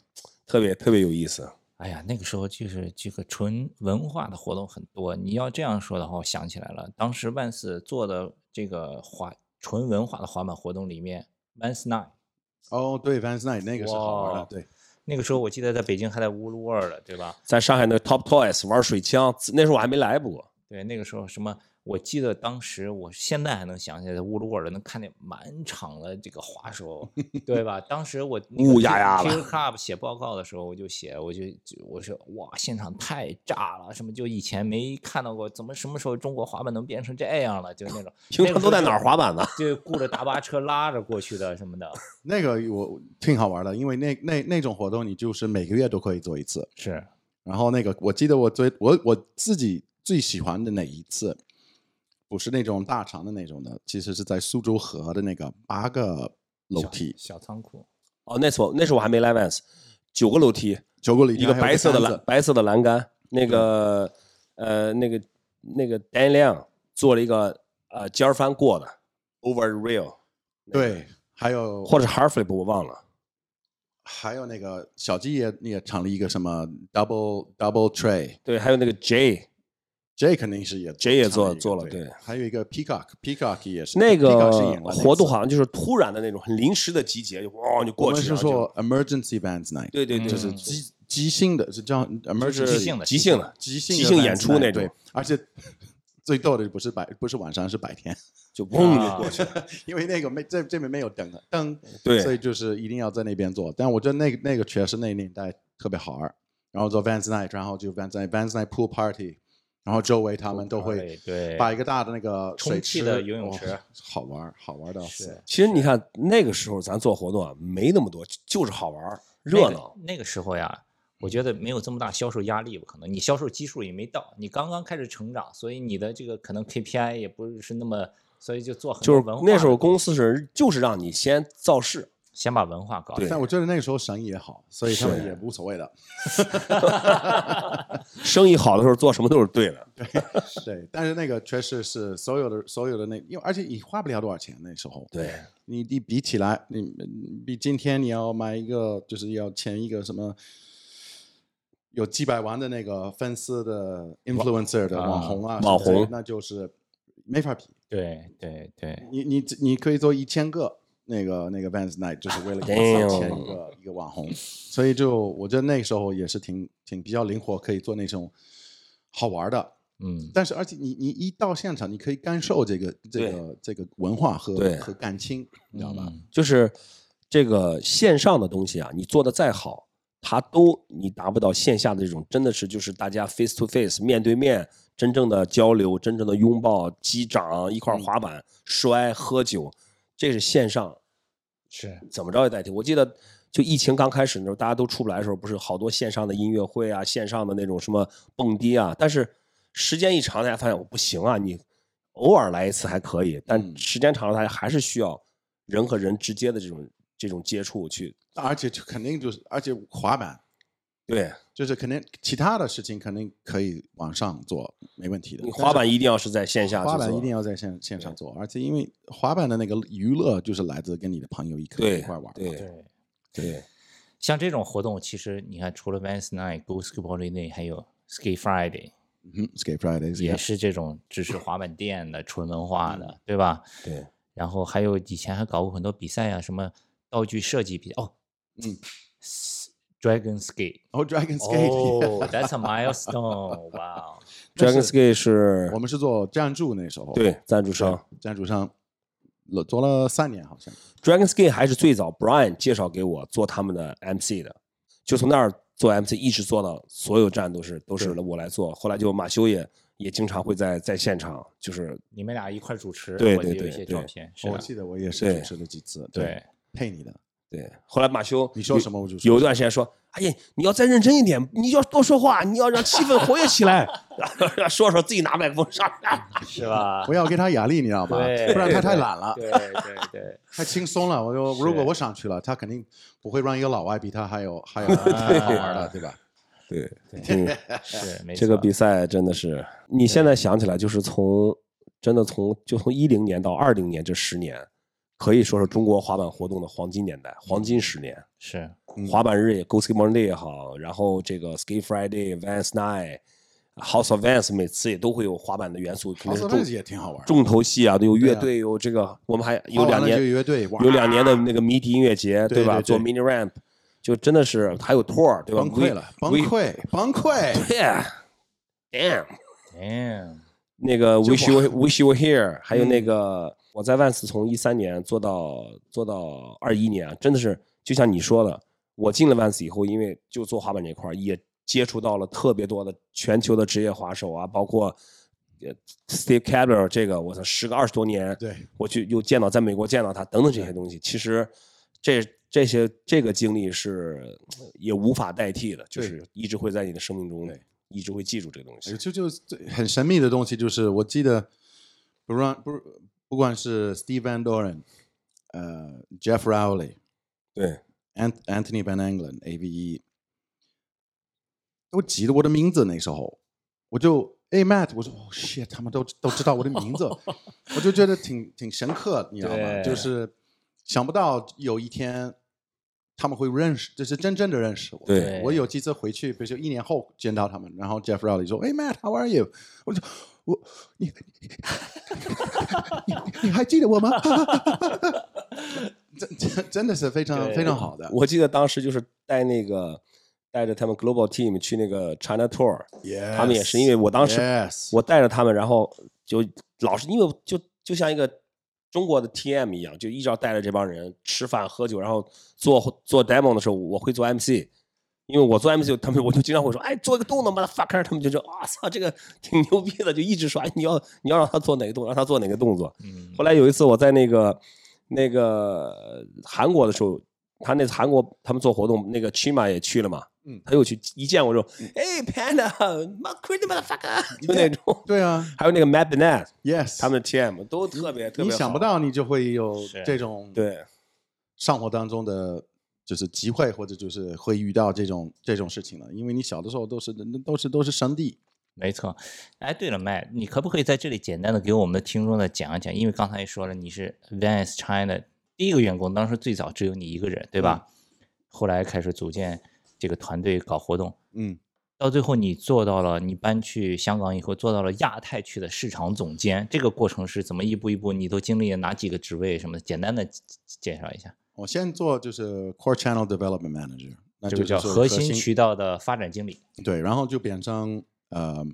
B: 特别特别有意思。
A: 哎呀，那个时候就是这个纯文化的活动很多。你要这样说的话，我想起来了，当时万斯做的这个滑纯文化的滑板活动里面，Vans Night，
C: 哦对 Vans Night 那个是好玩
A: 哇
C: 的，对
A: 那个时候我记得在北京还在乌鲁尔了，对吧？
B: 在上海那个 Top Toys 玩水枪，那时候我还没来过。
A: 对，那个时候什么，我记得当时，我现在还能想起来，在乌鲁尔能看见满场的这个滑手，对吧？当时我那个
B: 乌
A: 听
B: 压压的
A: 听 Club 写报告的时候，我就写，我就就我说哇，现场太炸了，什么就以前没看到过，怎么什么时候中国滑板能变成这样了？就那
B: *laughs*
A: 种
B: 平
A: 那个
B: 常
A: 时
B: 都
A: 候
B: 在
A: 就
B: 哪儿滑板呢？
A: 就雇着大巴车拉着过去的什么
B: *laughs*
A: 的，
C: 那个我挺好玩的，因为那那那种活动你就是每个月都可以做一次，
A: 是
C: 然后那个，我记得我最我我自己最喜欢的那一次，不是那种大长的那种的，其实是在苏州河的那个八个楼梯，
A: 小仓库，
B: 哦，那次我那时候我还没来 Vans，九个楼梯，
C: 九个楼梯，
B: 一个白色的
C: 还有一
B: 栏
C: 个杆子，
B: 白色的栏杆，那个呃那个那个 Dan Liang 做了一个呃尖儿翻过的 over rail，
C: 对，还有
B: 或者 hard flip 我忘了。
C: 还有那个小鸡也也成了一个什么 double double tray，
B: 对，还有那个 J，
C: 这肯定是也
B: J 也
C: 唱
B: 做
C: 了一个
B: 做了
C: 对
B: 对，
C: 还有一个 peacock peacock 也是
B: 那
C: Peacock 是
B: 个
C: 赢了那次
B: 活动好像就是突然的那种，很临时的集结，就哇你
C: 我
B: 过
C: 们
B: 去。
C: 是
B: 然后就
C: 说 emergency bands night，
B: 对对对，
C: 就是
A: 嗯
C: 即即兴的，是叫 emergency
A: 即兴的
B: 即兴的，
C: 即兴
B: 即
C: 的
B: 兴
C: Vans
B: 演出
C: Night，
B: 那种
C: 对，而且最逗的不是白，不是晚上，是白天， *laughs*
B: 就嗡
A: 啊
B: 就过去了。
C: 因为那个没这这边没有灯的灯，
B: 对
C: 所以就是一定要在那边做。但我觉得那个那个确实那年代特别好玩儿，然后做 Vans Night，然后就 Vans Night Vans Night Pool Party，然后周围他们都会
A: party，对
C: 把一个大的那个
A: 充
C: 水
A: 气
C: 池
A: 的游泳池
C: 哦好玩儿好玩儿到死
A: 是。
B: 其实你看那个时候咱做活动啊，没那么多，就就是好玩儿热闹。嗯
A: 那个。那个时候呀，我觉得没有这么大销售压力吧，可能你销售基数也没到，你刚刚开始成长，所以你的这个可能 KPI 也不是那么，所以就做很
B: 就
A: 多
B: 是
A: 文化的。
B: 那时候公司是就是让你先造势，
A: 先把文化搞
B: 啊对
A: 起来
C: 但我觉得那个时候生意也好，所以他们
B: 是
C: 也无所
B: *laughs*
C: 谓的。
B: 生意好的时候做什么都是对的。
C: 对，但是那个确实是所有的所有的那，因为而且你花不了多少钱那时候。
B: 对，
C: 你你比起来，你比今天你要买一个，就是要签一个什么有几百万的那个粉丝的 influencer 的网红啊，
B: 网
C: 什么之类的
B: 红哎
C: 那就是没法比。
A: 对对对，
C: 你你你可以做一千个那个那个 Vans Night，就是为了
B: Damn
C: 签一个一个网红，所以就我觉得那时候也是挺挺比较灵活，可以做那种好玩的。
A: 嗯，
C: 但是而且你你一到现场，你可以感受这个这个这个文化和
B: 对
C: 和感情，你知道吧？
A: 嗯
B: 就是这个线上的东西啊，你做的再好，它都你达不到线下的这种，真的是就是大家 face to face 面对面真正的交流、真正的拥抱、击掌、一块儿滑板、摔、喝酒，这是线上
A: 是
B: 怎么着也代替。我记得就疫情刚开始的时候，大家都出不来的时候，不是好多线上的音乐会啊，线上的那种什么蹦迪啊，但是时间一长，大家发现我不行啊，你偶尔来一次还可以，但
C: 嗯
B: 时间长了，大家还是需要人和人直接的这种这种接触去。
C: 而且就肯定就是，而且滑板
B: 对
C: 就是肯定其他的事情肯定可以往上做，没问题的
B: 你。滑板一定要是在线下去
C: 但是
B: 做，
C: 滑板一定要在线线上做，而且因为滑板的那个娱乐就是来自跟你的朋友一块
B: 对
C: 一块玩嘛，
B: 对
A: 对。
B: 对
A: 像这种活动，其实你看，除了 Vans Night、Go Skateboarding Day，还有 Skate Friday，
C: 嗯哼，Skate Fridays
A: 也
C: yeah
A: 是这种支持滑板店的纯文化
B: 嗯
A: 的，对吧？
B: 对，
A: 然后还有以前还搞过很多比赛啊，什么道具设计比哦， Dragon Skate。
C: 哦，Dragon
B: *laughs*
C: Skate，
A: 哦，That's a milestone！哇，哦
B: Dragon Sky 是
C: *laughs* 我们是做赞助那时候，
B: 对赞助商
C: 赞助商，了做了三年好像。
B: ，Dragon Sky 还是最早 Brian 介绍给我做他们的 MC 的，就从那儿做 MC 一直做到所有站都是都是我来做，后来就马修也也经常会在在现场，就是
A: 你们俩一块儿主持，
B: 对
A: 我记
B: 对
A: 得有一
B: 对
A: 些
B: 对
A: 照片，是
C: 我
A: 的，
C: 记得我也是
B: 对
C: 主持了几次，
A: 对，
C: 配你的。
B: 对。后来马修
C: 你说什么我就说
B: 有有一段时间说，哎呀，你要再认真一点，你要多说话，你要让气氛活跃起来， *laughs* 说说自己拿麦克风上 *laughs* 来。
A: 是吧
C: 不？要给他压力，你知道吧？
A: 对
C: 不然他太懒了，
A: 对对
B: *laughs*
A: 对，
C: 太轻松了。我就是如果我上去了，他肯定不会让一个老外比他还有
B: *laughs*
C: 还有好玩的，对吧？
B: 对，挺
A: 是没错。
B: 这个比赛真的是，你现在想起来，就是从真的从就从一零年到二零年这十年，可以说是中国滑板活动的黄金年代，黄金十年。
A: 是
C: 嗯
B: 滑板日也 Go Skate Monday 也好，然后这个 Skate Friday、Vans Night、House of Vans 每次也都会有滑板的元素，肯
C: 好
B: 定是
C: 像
B: 重
C: 哦也挺好玩。
B: 重头戏啊，都有乐
C: 对啊
B: 队，有这个我们还有
C: 花
B: 两
C: 完了
B: 年
C: 就有乐队哇
B: 有两年的那个迷笛音乐节，
C: 对
B: 吧？
C: 对对
B: 做 mini ramp，就真的是还有 tour，对吧？
C: 崩溃了，崩
B: We-
C: 溃，
B: *laughs*
C: 崩溃！
B: We-，Yeah，Damn。
A: 嗯，
B: 那个
C: 就嗯
B: Wish You
C: 哇
B: Were- Wish You Were Here，还有那个我在万斯从一三年做到做到二一年，啊真的是就像你说的，我进了万斯以后，因为就做滑板这块儿，也接触到了特别多的全球的职业滑手啊，包括呃 Steve c a d l e r 这个，我操，十个二十多年，
C: 对，
B: 我去又见到在美国见到他等等这些东西，其实这这些这个经历是呃也无法代替的，就
C: 对
B: 是一直会在你的生命中
C: 对，
B: 一直会记住这个东西
C: 哎。就就最很神秘的东西，就是我记得，不让不不管是 Steve Van Doren，呃，Jeff Rowley，
B: 对，
C: Ant- Anthony Van Engelen AVE，都急得我的名字那时候，我就哎 Matt，我说、哦、shit，他们都都知道我的名字，我就觉得挺挺深刻，你知道吗？
A: 对
C: 就是想不到有一天他们会认识，就是真正的认识我。
B: 对
C: 我有几次回去，比如说一年后见到他们，然后 Jeff Rowley 说：“哎 Matt，how are you？” 我就我你你你还记得我吗？ *laughs* 真真真的是非常
A: 对
C: 非常好的，
B: 我记得当时就是带那个带着他们 Global Team 去那个 China Tour，他们也是因为我当时
C: Yes
B: 我带着他们，然后就老是因为我就就像一个中国的 TM 一样，就一直要带着这帮人吃饭喝酒，然后做做 demo 的时候，我会做 MC。因为我做 MC，他们我就经常会说，哎，做一个动作吧，fucker，他们就说，啊操，这个挺牛逼的，就一直说，哎，你要你要让他做哪个动作，让他做哪个动作。
A: 嗯
B: 后来有一次我在那个那个呃韩国的时候，他那次韩国他们做活动，那个 Chima 也去了嘛，
C: 嗯
B: 他又去一见我就，哎，Panda，my crazy
C: *laughs*
B: motherfucker，就那种，
C: 对啊
B: 还有那个 Matt Bennett，
C: ，Yes，
B: 他们 TM 都特别特别
C: 你
B: 好
C: 想不到，你就会有
A: 是
C: 这种
B: 对
C: 生活当中的，就是机会或者就是会遇到这种这种事情了，因为你小的时候都是都是都是上帝，
A: 没错。哎，对了，麦，你可不可以在这里简单的给我们的听众呢讲一讲？因为刚才也说了，你是 Vans China 第一个员工，当时最早只有你一个人，对吧？
C: 嗯
A: 后来开始组建这个团队搞活动，
C: 嗯，
A: 到最后你做到了，你搬去香港以后做到了亚太区的市场总监，这个过程是怎么一步一步？你都经历了哪几个职位什么的？简单的介绍一下，
C: 我先做就是 Core Channel Development Manager，那
A: 这
C: 就
A: 个
C: 是
A: 叫
C: 说
A: 核心渠道的发展经理。
C: 对，然后就变成呃，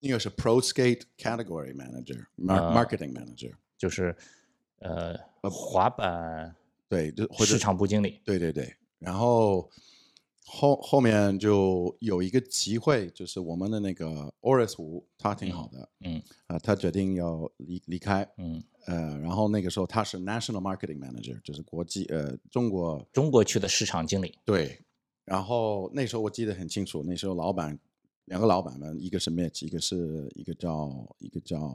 C: 那个是 Pro Skate Category Manager、
A: 啊
C: Mar- Marketing Manager，
A: 就是呃，滑板
C: 对，就或者
A: 市场部经理。
C: 对对对，然后后后面就有一个机会，就是我们的那个 Oris 吴，他挺好的，
A: 嗯
C: 啊、他决定要离离开，
A: 嗯，
C: 呃，然后那个时候他是 National Marketing Manager，就是国际呃中国
A: 中国区的市场经理。
C: 对，然后那时候我记得很清楚，那时候老板两个老板们，一个是 Mitch，一个是一个叫一个叫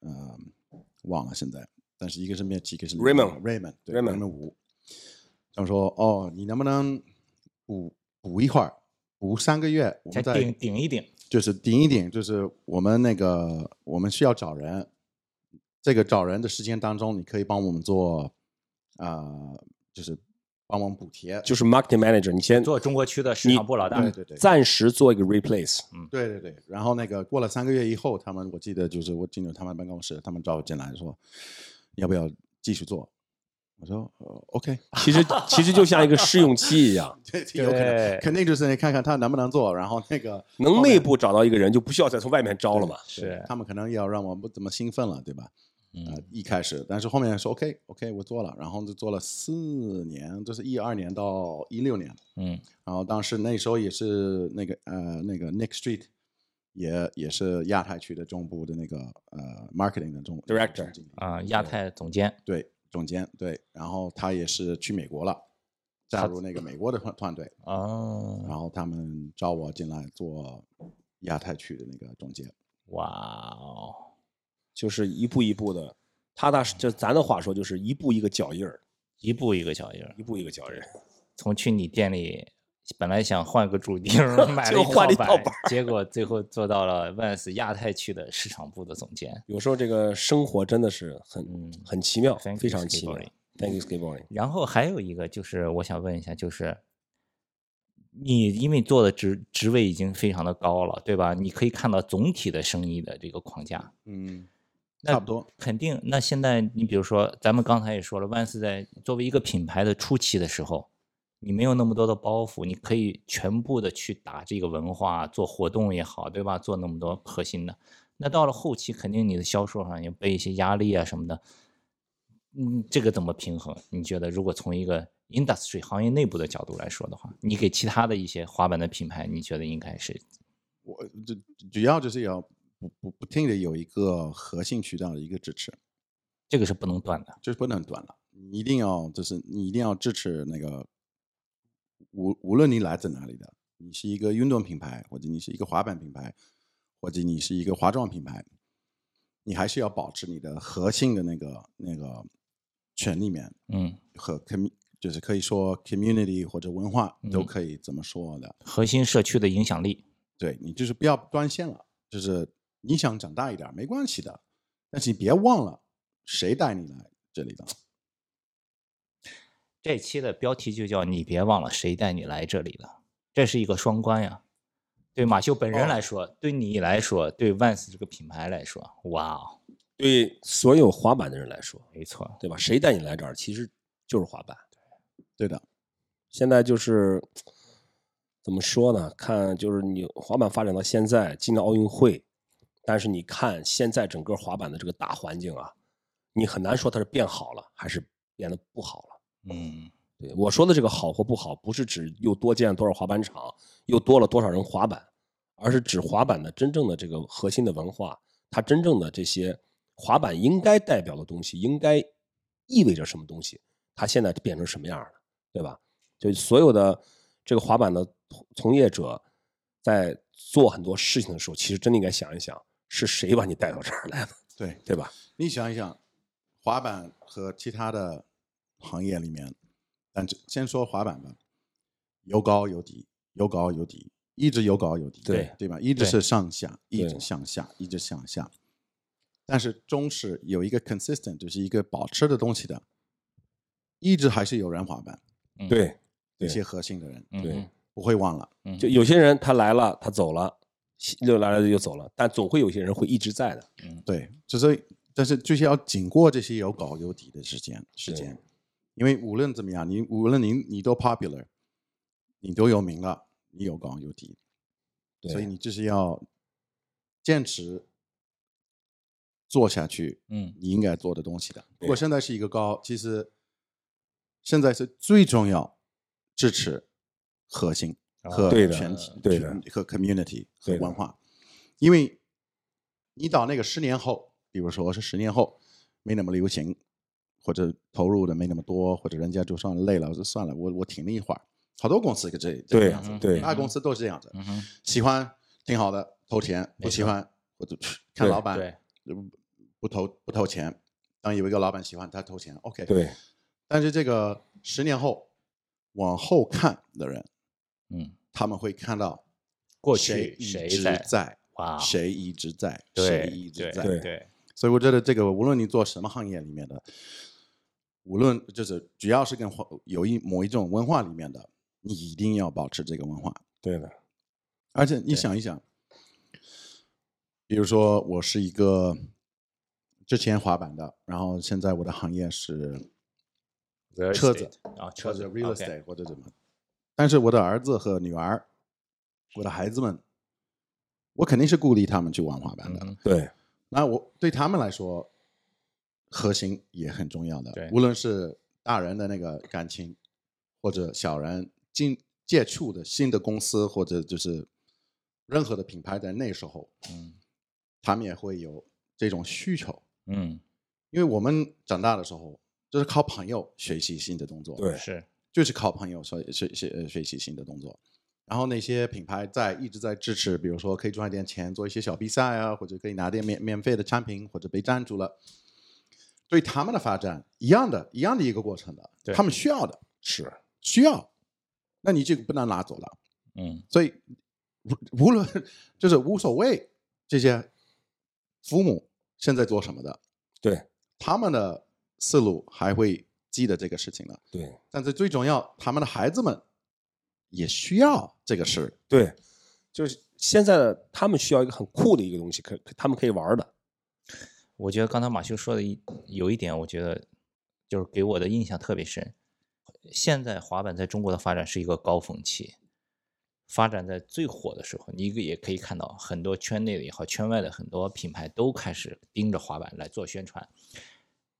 C: 呃忘了现在，但是一个是 Mitch，一个是
B: Raymond
C: Raymond 对
B: Raymond
C: 吴，他们说哦，你能不能补补一会儿，补三个月，我
A: 先
C: 们再
A: 顶顶一顶，
C: 就是顶一顶，就是我们那个我们需要找人，这个找人的时间当中，你可以帮我们做啊、呃就是帮忙补贴，
B: 就是 marketing manager，你先
A: 做中国区的市
B: 你
A: 场部老大。
C: 对对对
B: 暂时做一个
C: *laughs*
B: replace，
C: 对对对，然后那个过了三个月以后，他们我记得就是我进入他们办公室，他们找我进来说，要不要继续做？我说呃 OK， *laughs*
B: 其实其实就像一个试用期一样，
C: 这有可能
E: 对，
C: 肯定就是你看看他能不能做，然后那个
B: 能内部找到一个人，就不需要再从外面招了嘛。
E: *laughs* 是
C: 他们可能要让我不怎么兴奋了，对吧？啊、
E: 嗯
C: 一开始，但是后面说 OK OK，我做了，然后就做了四年，就是一二年到一六年，
A: 嗯，
C: 然后当时那时候也是那个呃那个 Nick Street，也也是亚太区的中部的那个呃 marketing 的中
B: Director
C: 总经理
A: 啊、亚太总监，
C: 对总监对，然后他也是去美国了，加入那个美国的团团队，
A: 哦，
C: 然后他们招我进来做亚太区的那个总监，
A: 哇哦，
B: 就是一步一步的，踏踏实，就咱的话说，就是一步一个脚印儿，
A: 一步一个脚印儿，
B: 一步一个脚印儿。
A: 从去你店里本来想换个主钉儿，买了
B: 就换了一
A: 板
B: 套
A: 儿，
B: 板
A: 结果最后做到了 Vans 亚太区的市场部的总监。
B: 有时候这个生活真的是很、
A: 嗯
B: 很奇妙，
A: Thank you,
B: 非常奇妙
A: skateboarding。
B: Thank you, skateboarding。
A: 然后还有一个就是，我想问一下，就是你因为做的职职位已经非常的高了，对吧？你可以看到总体的生意的这个框架，
C: 嗯，
A: 那
C: 差不多，
A: 肯定。那现在你比如说，咱们刚才也说了，Vans 在作为一个品牌的初期的时候，你没有那么多的包袱，你可以全部的去打这个文化，做活动也好，对吧？做那么多核心的。那到了后期，肯定你的销售上也被一些压力啊什么的。嗯，这个怎么平衡？你觉得如果从一个 industry 行业内部的角度来说的话，你给其他的一些滑板的品牌，你觉得应该是
C: 我这主要就是要不不不停的有一个核心渠道的一个支持，
A: 这个是不能断的。
C: 就是不能断了，你一定要就是你一定要支持那个，无无论你来自哪里的，你是一个运动品牌，或者你是一个滑板品牌，或者你是一个化妆品牌，你还是要保持你的核心的那个那个圈里面
A: 嗯，
C: 和 com 就是可以说 community 或者文化都
A: 嗯
C: 可以怎么说的，
A: 核心社区的影响力。
C: 对你就是不要断线了，就是你想长大一点儿没关系的，但是你别忘了谁带你来这里的。
A: 这期的标题就叫“你别忘了谁带你来这里的”，这是一个双关呀。对马修本人
C: 哦
A: 来说，对你来说，对 Vans 这个品牌来说，哇哦，
B: 对所有滑板的人来说，
A: 没错，
B: 对吧？谁带你来这儿，其实就是滑板。
C: 对的，
B: 现在就是怎么说呢？看就是你滑板发展到现在，进了奥运会，但是你看现在整个滑板的这个大环境啊，你很难说它是变好了还是变得不好了。
A: 嗯，
B: 对我说的这个好或不好，不是指又多建了多少滑板场，又多了多少人滑板，而是指滑板的真正的这个核心的文化，它真正的这些滑板应该代表的东西，应该意味着什么东西，它现在变成什么样了，对吧？就所有的这个滑板的从从业者，在做很多事情的时候，其实真的应该想一想，是谁把你带到这儿来的，
C: 对
B: 对吧？
C: 你想一想，滑板和其他的行业里面，但这先说滑板吧，有高有低，有高有低，一直有高有低，
B: 对
C: 对吧？一直
A: 对
C: 是上下，一直
B: 对
C: 向下，一直向下。但是中式有一个 consistent，就是一个保持的东西的，一直还是有人滑板，
A: 嗯，
B: 对
C: 一些核心的人
A: 嗯
B: 对，
C: 不会忘了。
A: 嗯
B: 就有些人他来了，他走了，又来了又走了，但总会有些人会一直在的。
C: 对，就是但是就是要经过这些有高有低的时间时间，因为无论怎么样，你无论你你都 popular，你都有名了，你有高有低，所以你就是要坚持做下去，
A: 嗯
C: 你应该做的东西的。不过
B: 对
C: 现在是一个高，其实现在是最重要支持核心和
B: 啊对的
C: 全体、
B: 对的
C: 全和 community 和
B: 对的
C: 文化，因为你到那个十年后，比如说是十年后没那么流行，或者投入的没那么多，或者人家就算累了，就算了，我我停了一会儿。好多公司这这这个
B: 对
C: 样子，
B: 对
C: 大公司都是这样子，
A: 嗯哼，
C: 喜欢挺好的，投钱；不喜欢，我就 *laughs* 看
B: 对
C: 老板，
A: 对
C: 不不投不投钱。当有一个老板喜欢他投钱，OK。
B: 对。
C: 但是这个十年后往后看的人，
A: 嗯，
C: 他们会看到
A: 过去
C: 谁一
A: 谁
C: 直
A: 在，
C: 在，
A: 哇，哦
C: 谁一直在，谁
A: 对
C: 一直
A: 对
C: 在。
B: 对
A: 对，
C: 所以我觉得这个无论你做什么行业里面的，无论就是只要是跟华有一某一种文化里面的，你一定要保持这个文化。
B: 对的，
C: 而且你想一想，比如说我是一个之前滑板的，然后现在我的行业是车子
A: Real estate，啊，
C: 或
A: 车
C: 者
A: 子
C: real
A: OK
C: estate 或者怎么。但是我的儿子和女儿，我的孩子们，我肯定是鼓励他们去玩滑板的。
A: 嗯
B: 对，
C: 那我对他们来说，核心也很重要
A: 对
C: 的，无论是大人的那个感情，或者小人进接触的新的公司，或者就是任何的品牌，在那时候，
A: 嗯
C: 他们也会有这种需求，
A: 嗯
C: 因为我们长大的时候，就是靠朋友学习新的动作，
B: 对
A: 是
C: 就是靠朋友学学学呃学习新的动作。然后那些品牌在一直在支持，比如说可以赚一点钱，做一些小比赛啊，或者可以拿点免免费的产品，或者被赞助了。对他们的发展一样的，一样的一个过程的
A: 对，
C: 他们需要的
B: 是
C: 需要，那你就不能拿走了。
A: 嗯
C: 所以无无论就是无所谓这些父母现在做什么的，
B: 对
C: 他们的思路还会记得这个事情的。
B: 对
C: 但是最重要，他们的孩子们也需要这个事。
B: 对，就是现在的他们需要一个很酷的一个东西，可可他们可以玩的。
A: 我觉得刚才马修说的一有一点，我觉得就是给我的印象特别深。现在滑板在中国的发展是一个高峰期，发展在最火的时候，你也可以看到很多圈内的也好，圈外的很多品牌都开始盯着滑板来做宣传。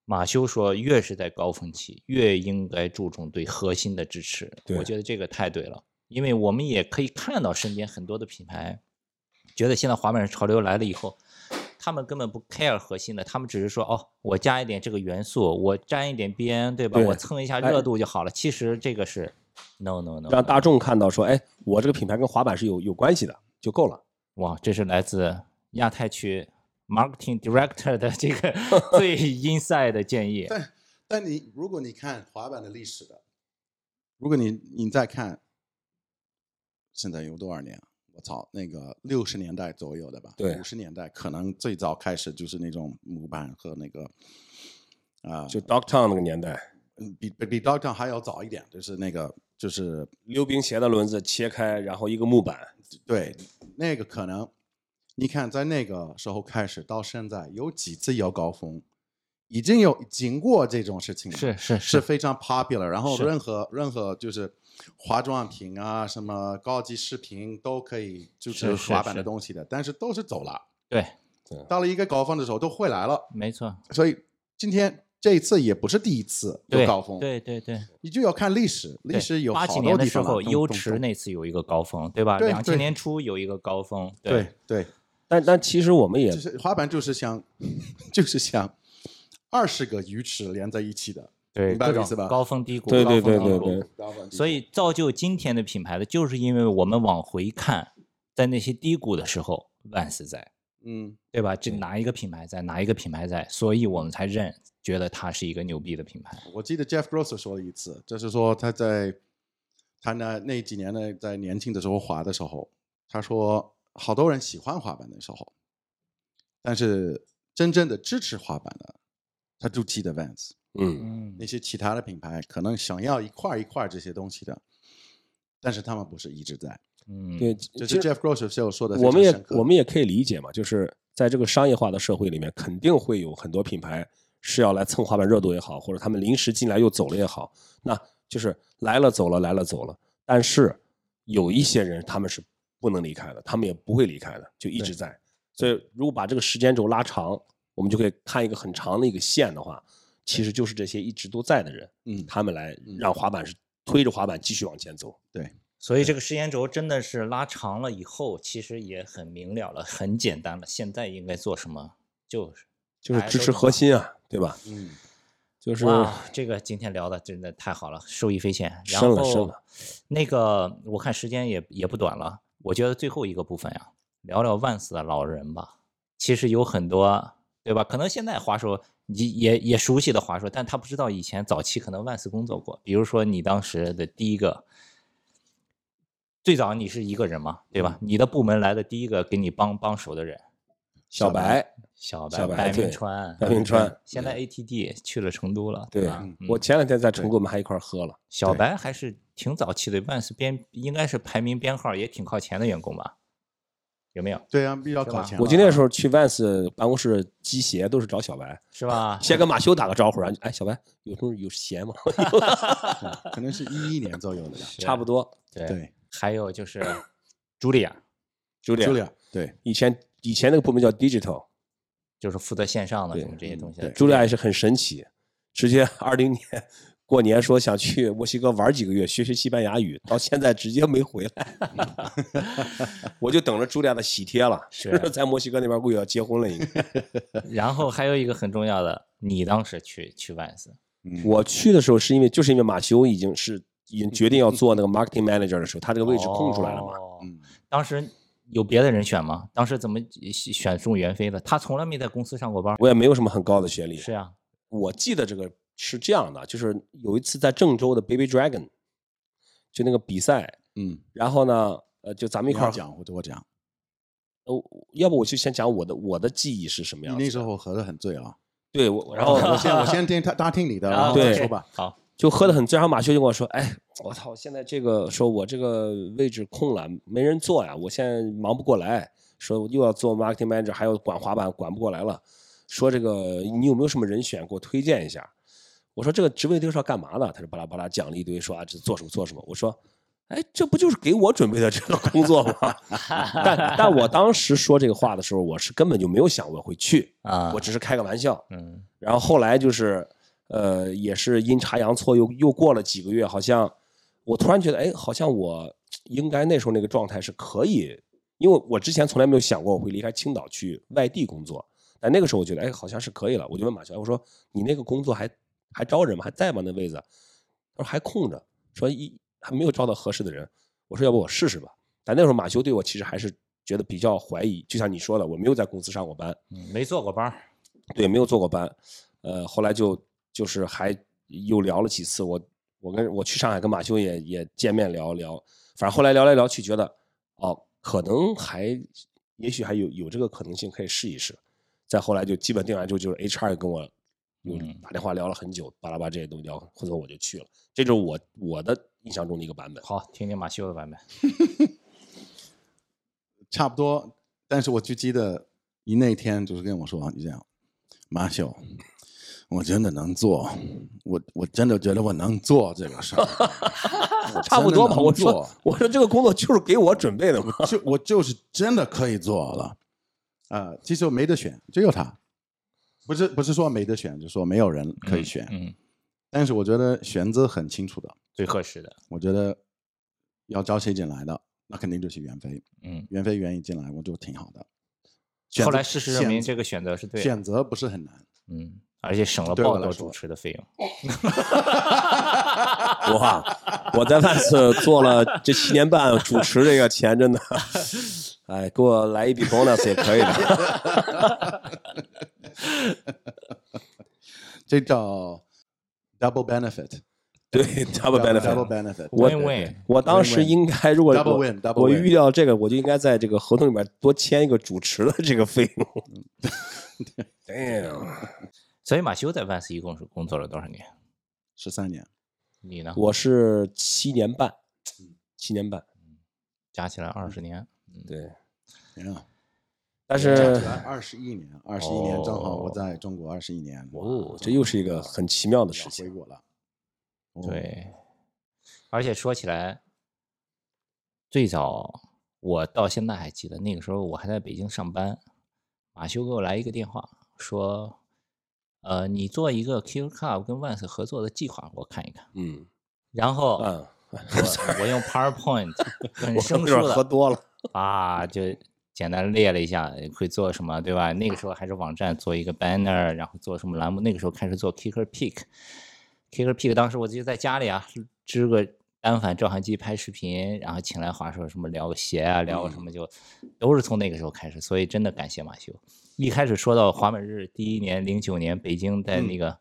A: 马修说，越是在高峰期，越应该注重对核心的支持。
B: 对
A: 我觉得这个太对了，因为我们也可以看到身边很多的品牌，觉得现在滑板潮流来了以后，他们根本不 care 核心的，他们只是说哦，我加一点这个元素，我沾一点边，对吧？
B: 对
A: 我蹭一下
B: 哎
A: 热度就好了。其实这个是 no no no，no
B: 让大众看到说，哎，我这个品牌跟滑板是有有关系的，就够了。
A: 哇，这是来自亚太区 marketing director 的这
B: *laughs*
A: 个最 inside 的建议。
C: 但但你如果你看滑板的历史的，如果你你再看，现在有多少年啊？我操，那个六十年代左右的吧，
B: 对
C: 五十年代可能最早开始就是那种木板和那个啊、
B: 就 Dogtown 那个年代，
C: 嗯比比比 d o g 还要早一点，就是那个就是
B: 溜冰鞋的轮子切开，然后一个木板，
C: 对那个可能，你看在那个时候开始到现在有几次有高峰，已经有经过这种事情了，
A: 是是
C: 是
A: 是，
C: 非常 popular。然后
A: 是
C: 任何任何就是化妆品啊，什么高级饰品都可以，就是是
A: 是
C: 滑板的
A: 是
C: 东西的，但是都是走了。
A: 对，
C: 到了一个高峰的时候都会来了，
A: 没错，
C: 所以今天这一次也不是第一次有
A: 对
C: 高峰，
A: 对对对，
C: 你就要看历史，
A: 对
C: 历史有
A: 八
C: 好
A: 几
C: 多
A: 年的
C: 地
A: 时
C: 方了
A: 候，
C: 中
A: 优
C: 中
A: 池
C: 中
A: 那次有一个高峰，对吧？
C: 对
A: 两千
C: 对
A: 年初有一个高峰，
C: 对对，
B: 但但其实我们也
C: 就是滑板就是像 *laughs* 就是像二十个鱼池连在一起的，
A: 对
C: 明
A: 各
C: 白我意
A: 种
C: 思吧
A: 高峰低谷，
B: 对对
A: 高峰
B: 对
A: 低
B: 对
A: 谷
B: 对，
A: 所以造就今天的品牌的，就是因为我们往回看，在那些低谷的时候，Vans 在，
C: 嗯，
A: 对吧？这哪一个品牌在，哪一个品牌在，所以我们才认，觉得它是一个牛逼的品牌。
C: 我记得 Jeff Gross 说了一次，就是说他在他那那几年呢，在年轻的时候滑的时候，他说好多人喜欢滑板的时候，但是真正的支持滑板的，他就记得 Vans。
B: 嗯，
A: 嗯
C: 那些其他的品牌可能想要一块儿一块儿这些东西的，但是他们不是一直在。
A: 嗯，
B: 对，
C: 这
B: 其
C: 是
B: 实
C: Jeff Gross 就说的，
B: 我们也我们也可以理解嘛，就是在这个商业化的社会里面，肯定会有很多品牌是要来蹭滑板热度也好，或者他们临时进来又走了也好，那就是来了走了，来了走了。但是有一些人他们是不能离开的，他们也不会离开的，就一直在。所以如果把这个时间轴拉长，我们就可以看一个很长的一个线的话，其实就是这些一直都在的人，
C: 嗯
B: 他们来让滑板是推着滑板继续往前走。
A: 所以这个时间轴真的是拉长了以后，其实也很明了了，很简单了。现在应该做什么，就是
B: 就是支持核心啊，对吧？
C: 嗯，
B: 就是
A: 哇，这个今天聊的真的太好了，受益匪浅。然
B: 深了
A: 后
B: 深了
A: 那个我看时间也也不短了，我觉得最后一个部分呀、聊聊万斯的老人吧。其实有很多，对吧？可能现在华硕也也也熟悉的华硕，但他不知道以前早期可能万斯工作过。比如说你当时的第一个，最早你是一个人嘛，对
B: 嗯
A: 吧？你的部门来的第一个给你帮帮手的人，
B: 小白，
A: 小
B: 小白
A: 白
B: 对
A: 明川，
B: 白明川
A: 现在 ATD 去了成都了，
B: 对
A: 吧？嗯
B: 我前两天在成都，我们还一块儿喝了。
A: 小
C: 对
A: 白还是挺早期的，Vans 编应该是排名编号也挺靠前的员工吧？有没有？
C: 对啊，比较早前了。
B: 我今天的时候去 Vans 办公室机鞋都是找
A: *laughs*
B: 小白，
A: 是吧？
B: 先跟马修打个招呼，然后哎，小白有空有鞋吗？
C: 嗯可能是一一年左右
B: *laughs*
C: 的呀。
B: 差不多，
A: 对。
C: 对
A: 还有就是茱莉亚，
B: 就这样。
C: ，Julia，对，
B: 以前以前那个部门叫 Digital，
A: 就是负责线上的
B: 对
A: 什么这些东西的
C: 对。
B: 朱莉亚也是很神奇，直接二零年过年说想去墨西哥玩几个月，学学西班牙语，到现在直接没回来。 *laughs* 我就等着朱莉亚的喜帖了，
A: 嗯是
B: *laughs* 在墨西哥那边估计要结婚了，应该。
A: 然后还有一个很重要的，你当时去去万斯，
B: 我去的时候是因为就是因为马修已经是已经决定要做那个 marketing manager 的时候，他这个位置空出来了嘛。
A: 哦
C: 嗯
A: 当时有别的人选吗？当时怎么选中袁飞的？他从来没在公司上过班。
B: 我也没有什么很高的学历，
A: 是啊呀、
B: 我记得这个是这样的，就是有一次在郑州的 Baby Dragon，就那个比赛，
C: 嗯，
B: 然后呢，呃，就咱们一
C: 你
B: 块
C: 要
B: 儿
C: 讲或者我讲，
B: 哦，要不我就先讲我的我的记忆是什么
C: 你
B: 样子的。
C: 那时候喝的很醉
A: *laughs*
C: 啊。
B: 对，我
A: 哦
B: 然后
C: 我先我先听他，大家听你的，然后
B: 对
C: 再说吧。
A: 好，
B: 就喝的很醉，然后马修就跟我说：“哎，我操，现在这个说我这个位置空了，没人做呀，我现在忙不过来，说又要做 marketing manager，还要管滑板，管不过来了。说这个你有没有什么人选给我推荐一下？”我说：“这个职位都是要干嘛的？”他就巴拉巴拉讲了一堆，说啊，这做什么做什么。我说：“哎，这不就是给我准备的这个工作吗？” *laughs* 但但我当时说这个话的时候，我是根本就没有想过会去，
A: 啊
B: 我，只是开个玩笑。
A: 嗯，
B: 然后后来就是，呃，也是阴差阳错，又又过了几个月，好像我突然觉得，哎，好像我应该那时候那个状态是可以，因为我之前从来没有想过我会离开青岛去外地工作，但那个时候我觉得，哎，好像是可以了。我就问马乔，我说你那个工作还还招人吗？还在吗？那位子？他说还空着，说一还没有招到合适的人。我说要不我试试吧。但那时候马修对我其实还是觉得比较怀疑，就像你说的，我没有在公司上过班，
A: 嗯没做过班儿，
B: 对，没有做过班。呃，后来就就是还又聊了几次，我我跟我去上海跟马修也也见面聊聊，反正后来聊来聊去，觉得哦，可能还也许还有有这个可能性可以试一试。再后来就基本定完之后，就是 HR 跟我又
A: 嗯
B: 打电话聊了很久，巴拉巴拉这些东西聊，回头我就去了。这就是我我的印象中的一个版 *laughs* 本。
A: 好，听听马修的版本。
C: 差不多，但是我就记得你那天就是跟我说，你这样，马修，我真的能做，我我真的觉得我能做这个事儿，我
B: 差不
C: 真
B: 多
C: 的
B: 吧，
C: 能
B: 我
C: 做
B: 说我说这个工作就是给我准备的嘛。
C: 就我就是真的可以做了。呃，其实我没得选，只有他，不是不是说没得选，就是说没有人可以选。
A: 嗯，
C: 但是我觉得选择很清楚的，
A: 最合适的，
C: 我觉得要招谁进来的，那肯定就是袁飞，
A: 嗯。
C: 袁飞愿意进来，我就挺好的。选择
A: 后来事实证明，这
C: 选
A: 个选择是对的，
C: 选择不是很难。
A: 嗯，而且省了
C: 对我
A: 暴
C: 来
A: 走
C: 说
A: 主持的费用。
B: 哇！我在万斯做了这七年半主持这个钱，真的，哎，给我来一笔 bonus 也可以的。
C: 这叫 double benefit。
B: 对，double
C: Double
B: benefit。
C: benefit。
A: 我
C: 对
A: Win-win
B: 我当时应该，如果
C: Double
B: 我
C: win, double
B: 我
C: win
B: 遇到这个，我就应该在这个合同里面多签一个主持的这个费用。Damn！
A: 所以马修在万斯一共是工作了多少年？
C: 十三年，
A: 你呢？
B: 我是七年半，七年半，
A: 加起来二十年。
C: 嗯
B: 对。
C: 呀，
B: 但
C: 加
B: 是
C: 起来二十一年，二十一年正好
A: 哦
C: 我在中国二十一年，
B: 哦，这又是一个很奇妙的事
C: 要回
B: 情。
C: 国了。哦，
A: 对，而且说起来，最早我到现在还记得，那个时候我还在北京上班，马修给我来一个电话说，呃，你做一个 Q Club 跟 Vans 合作的计划，我看一看。
B: 嗯
A: 然后
B: 嗯，
A: 我
C: *laughs*
A: 我用 PowerPoint 很
B: 我
A: 生
B: 那
A: 疏
B: 会儿喝
A: 的
B: 多了。
A: 啊，就简单列了一下会做什么，对吧？那个时候还是网站做一个 banner，然后做什么栏目。那个时候开始做 Kicker Pick，Kicker Pick 当时我就在家里啊支个单反照相机拍视频，然后请来华硕什么聊个鞋啊，聊个什么就都是从那个时候开始。所以真的感谢马修。一开始说到滑板日第一年，零九年北京在那个。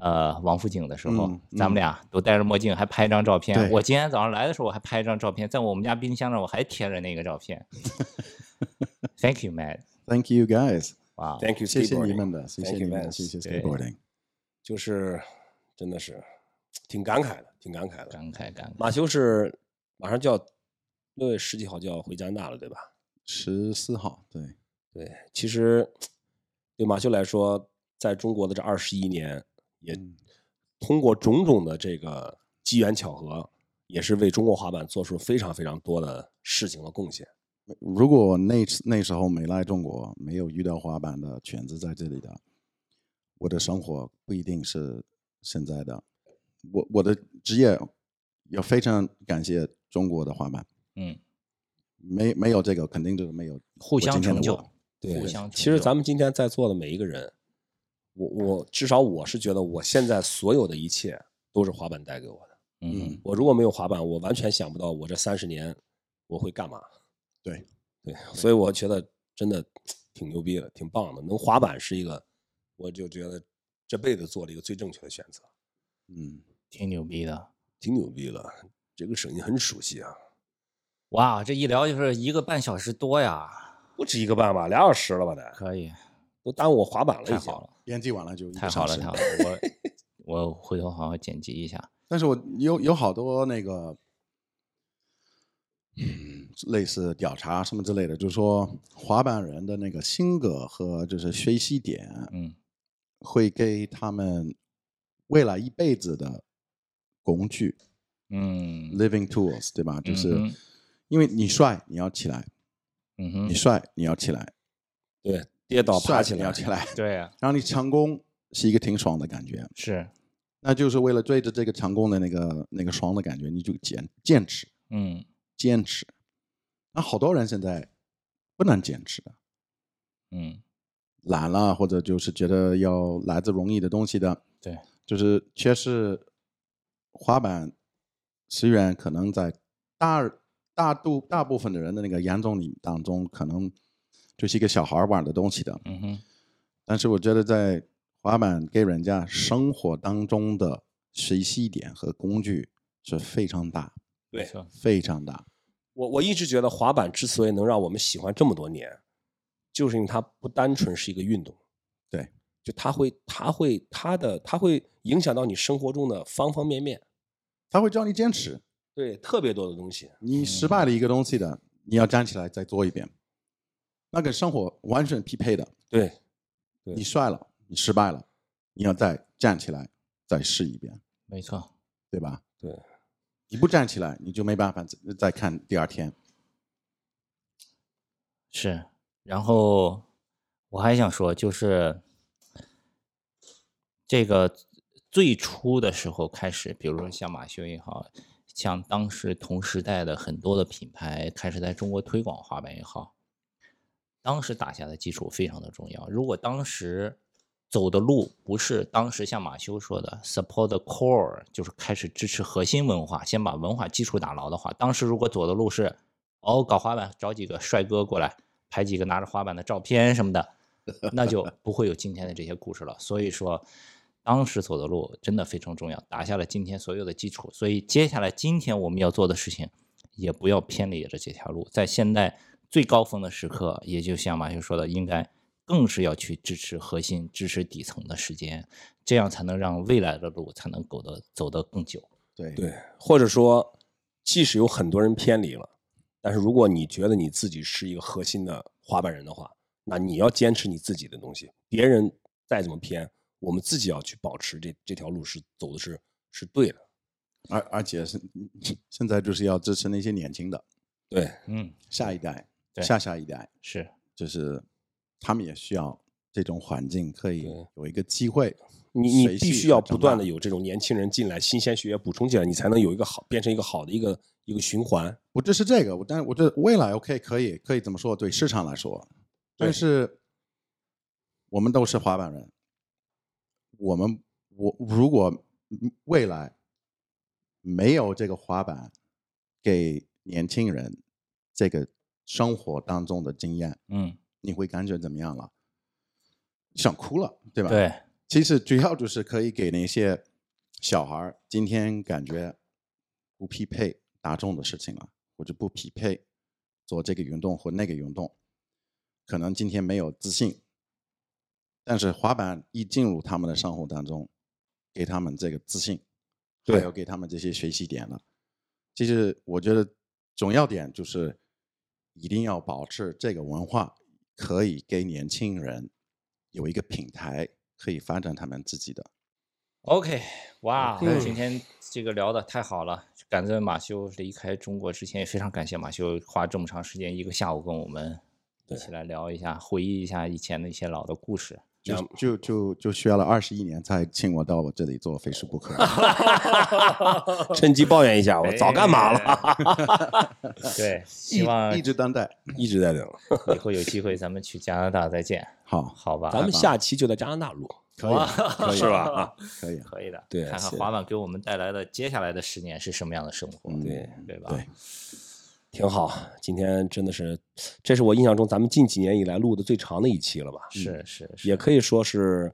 A: 呃，王府井的时候，
C: 嗯
A: 咱们
C: 嗯
A: 俩都戴着墨镜，还拍一张照片。
C: 对
A: 我今天早上来的时候，我还拍一张照片，在我们家冰箱上，我还贴着那个照
C: *laughs*
A: 片。Thank you, Matt。
C: ，Thank you guys，
A: 哇，
B: Thank you，
C: 谢谢
B: skateboarding
C: 你们的，谢谢
B: Thank you,
C: 你们，
B: Vance
C: 谢谢
A: 对
C: skateboarding。
B: 就是真的是挺感慨的，挺感慨的。
A: 感慨感慨。
B: 马修是马上就要六月十几号就要回加拿大了，对吧？
C: 十四号，对，
B: 对，其实对马修来说，在中国的这二十一年，也
A: 嗯
B: 通过种种的这个机缘巧合，也是为中国滑板做出非常非常多的事情和贡献。
C: 如果我那次那时候没来中国，没有遇到滑板的圈子在这里的，我的生活不一定是现在的。我我的职业也非常感谢中国的滑板，
A: 嗯，
C: 没没有这个肯定就是没有
A: 互相
C: 我今天的
A: 成就
C: 我。
B: 对
A: 互相，成
B: 其实
A: 就嗯
B: 咱们今天在座的每一个人，我我至少我是觉得，我现在所有的一切都是滑板带给我的。
A: 嗯，
B: 我如果没有滑板，我完全想不到我这三十年我会干嘛。
C: 对
B: 对，所以我觉得真的挺牛逼的，挺棒的。能滑板是一个，我就觉得这辈子做了一个最正确的选择，
C: 嗯，
A: 挺牛逼的。
B: 挺牛逼的。这个声音很熟悉啊，
A: 哇，这一聊就是一个半小时多呀，
B: 不止一个半吧，俩小时了吧得，
A: 可以，
B: 都耽误我滑板了已经。
A: 太好了，
C: 编辑完了就一个
A: 太好了，
C: 小时
A: 太好
C: *laughs*
A: 了，我我回头好好剪辑一下。
C: 但是我有有好多那个，嗯，类似调查什么之类的，就是说滑板人的那个性格和就是学习点，
A: 嗯
C: 会给他们未来一辈子的工具
A: 嗯
C: （living tools），对吧？就是
A: 嗯哼
C: 因为你帅，你要起来；
A: 嗯哼
C: 你，帅，你要起来；
B: 对，跌倒爬
C: 帅
B: 起
C: 你
B: 来
C: 要，起来。
A: 对呀，
C: 然后你成功是一个挺爽的感觉，
A: 是，
C: 那就是为了追着这个成功的那个那个爽的感觉，你就坚坚持。
A: 嗯
C: 坚持。那好多人现在不能坚持的，
A: 嗯，
C: 懒了，或者就是觉得要来自容易的东西的，
A: 对，
C: 就是缺失滑板。虽然可能在大大度大部分的人的那个眼中里当中，可能就是一个小孩玩的东西的，
A: 嗯哼，
C: 但是我觉得在滑板给人家生活当中的学习点和工具是非常大，
A: 没
B: 对，
A: 错，
C: 非常大。
B: 我我一直觉得滑板之所以能让我们喜欢这么多年，就是因为它不单纯是一个运动，
C: 对，
B: 就它会它会它的它会影响到你生活中的方方面面，
C: 他会教你坚持，
B: 对，特别多的东西。
C: 你失败了一个东西的，你要站起来再做一遍，那跟生活完全匹配的。
B: 对，对
C: 你摔了，你失败了，你要再站起来再试一遍，
A: 没错，
C: 对吧？
B: 对，
C: 你不站起来，你就没办法再再看第二天。
A: 是。然后我还想说，就是这个最初的时候开始，比如说像马修也好，像当时同时代的很多的品牌开始在中国推广滑板也好，当时打下的基础非常的重要。如果当时走的路不是当时像马修说的 support the core，就是开始支持核心文化，先把文化基础打牢的话，当时如果走的路是哦搞滑板，找几个帅哥过来拍几个拿着滑板的照片什么的，那就不会有今天的这些故事了。所以说，当时走的路真的非常重要，打下了今天所有的基础。所以接下来今天我们要做的事情，也不要偏离了这条路。在现在最高峰的时刻，也就像马修说的，应该更是要去支持核心、支持底层的时间，这样才能让未来的路才能走得走得更久。
C: 对
B: 对，或者说，即使有很多人偏离了，但是如果你觉得你自己是一个核心的滑板人的话，那你要坚持你自己的东西。别人再怎么偏，我们自己要去保持这这条路是走的是是对的。
C: 而而且是 *laughs* 现在就是要支持那些年轻的
B: 对，
A: 嗯，
C: 下一代、
A: 对
C: 下下一代，
A: 是
C: 就是他们也需要这种环境，可以
B: 对
C: 有一个机会。
B: 你你
C: 随
B: 必
C: 性
B: 须要不
C: 长
B: 断的
C: 大
B: 有这种年轻人进来，新鲜血液补充进来，你才能有一个好变成一个好的一个一个循
C: *laughs*
B: 环。
C: 不只是这个，我但是我觉得未来 OK 可以可以这么说，对市场来说，但
B: 对
C: 是我们都是滑板人，我们我如果嗯未来没有这个滑板给年轻人这个生活当中的经验，
A: 嗯，
C: 你会感觉怎么样了？想哭了，对吧？
A: 对，
C: 其实主要就是可以给那些小孩儿今天感觉不匹配大众的事情了，或者不匹配做这个运动或那个运动，可能今天没有自信，但是滑板一进入他们的生活当中，给他们这个自信，
B: 对
C: 还有给他们这些学习点了。其实我觉得重要点就是一定要保持这个文化，可以给年轻人有一个平台，可以发展他们自己的。
A: OK，哇，
B: 嗯
A: 今天这个聊的太好了，感谢马修离开中国之前也非常感谢马修花这么长时间一个下午跟我们一起来聊一下，回忆一下以前的一些老的故事。
C: 就就就就学了二十一年，才请我到我这里做 Facebook。
B: 趁机抱怨一下，我早干嘛了？
A: 了？ *laughs*
B: *laughs*
A: 对，希望
C: 一一直等待。
B: 一直在等。
A: 以后有机会咱们去加拿大再见，
C: 好，
A: 好吧？
B: 咱们下期就在加拿大录，
C: 可以啊，
B: 可以是吧？啊，
C: 可以啊。
A: 可以的，
B: 对
A: 看看
B: 是
A: 滑板给我们带来的接下来的十年是什么样的生活，
C: 嗯
B: 对，
A: 对吧？
C: 对
B: 挺好。今天真的是，这是我印象中咱们近几年以来录的最长的一期了吧？
A: 是是是，
B: 嗯也可以说是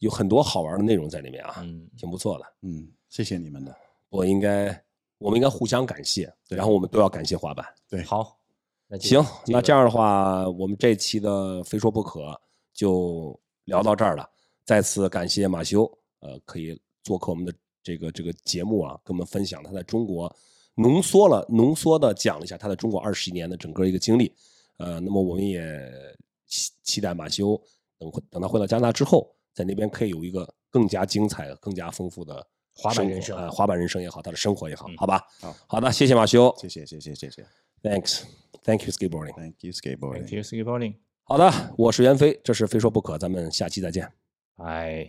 B: 有很多好玩的内容在里面啊，
A: 嗯，
B: 挺不错的。
C: 嗯，谢谢你们的。
B: 我应该，我们应该互相感谢，
C: 对
B: 然后我们都要感谢滑板。
A: 好，那就
B: 行，
A: 个
B: 那这样的话，我们这期的非说不可就聊到这儿了。再次感谢马修，呃，可以做客我们的这个这个节目啊，跟我们分享他在中国浓缩了浓缩的讲了一下他在中国二十年的整个一个经历。呃，那么我们也期期待马修等回等他回到加拿大之后，在那边可以有一个更加精彩、更加丰富的
A: 滑板
B: 生活
A: 人生
B: 呃，滑板人生也好，他的生活也好，
A: 嗯
B: 好吧？
C: 好
B: 的，谢谢马修
C: 谢谢，谢谢，谢谢。
B: ，thanks，thank you skateboarding。
C: Thank you, skateboarding.
A: Thank you, skateboarding，
B: 好的，我是袁飞，这是非说不可，咱们下期再见。
A: 哎。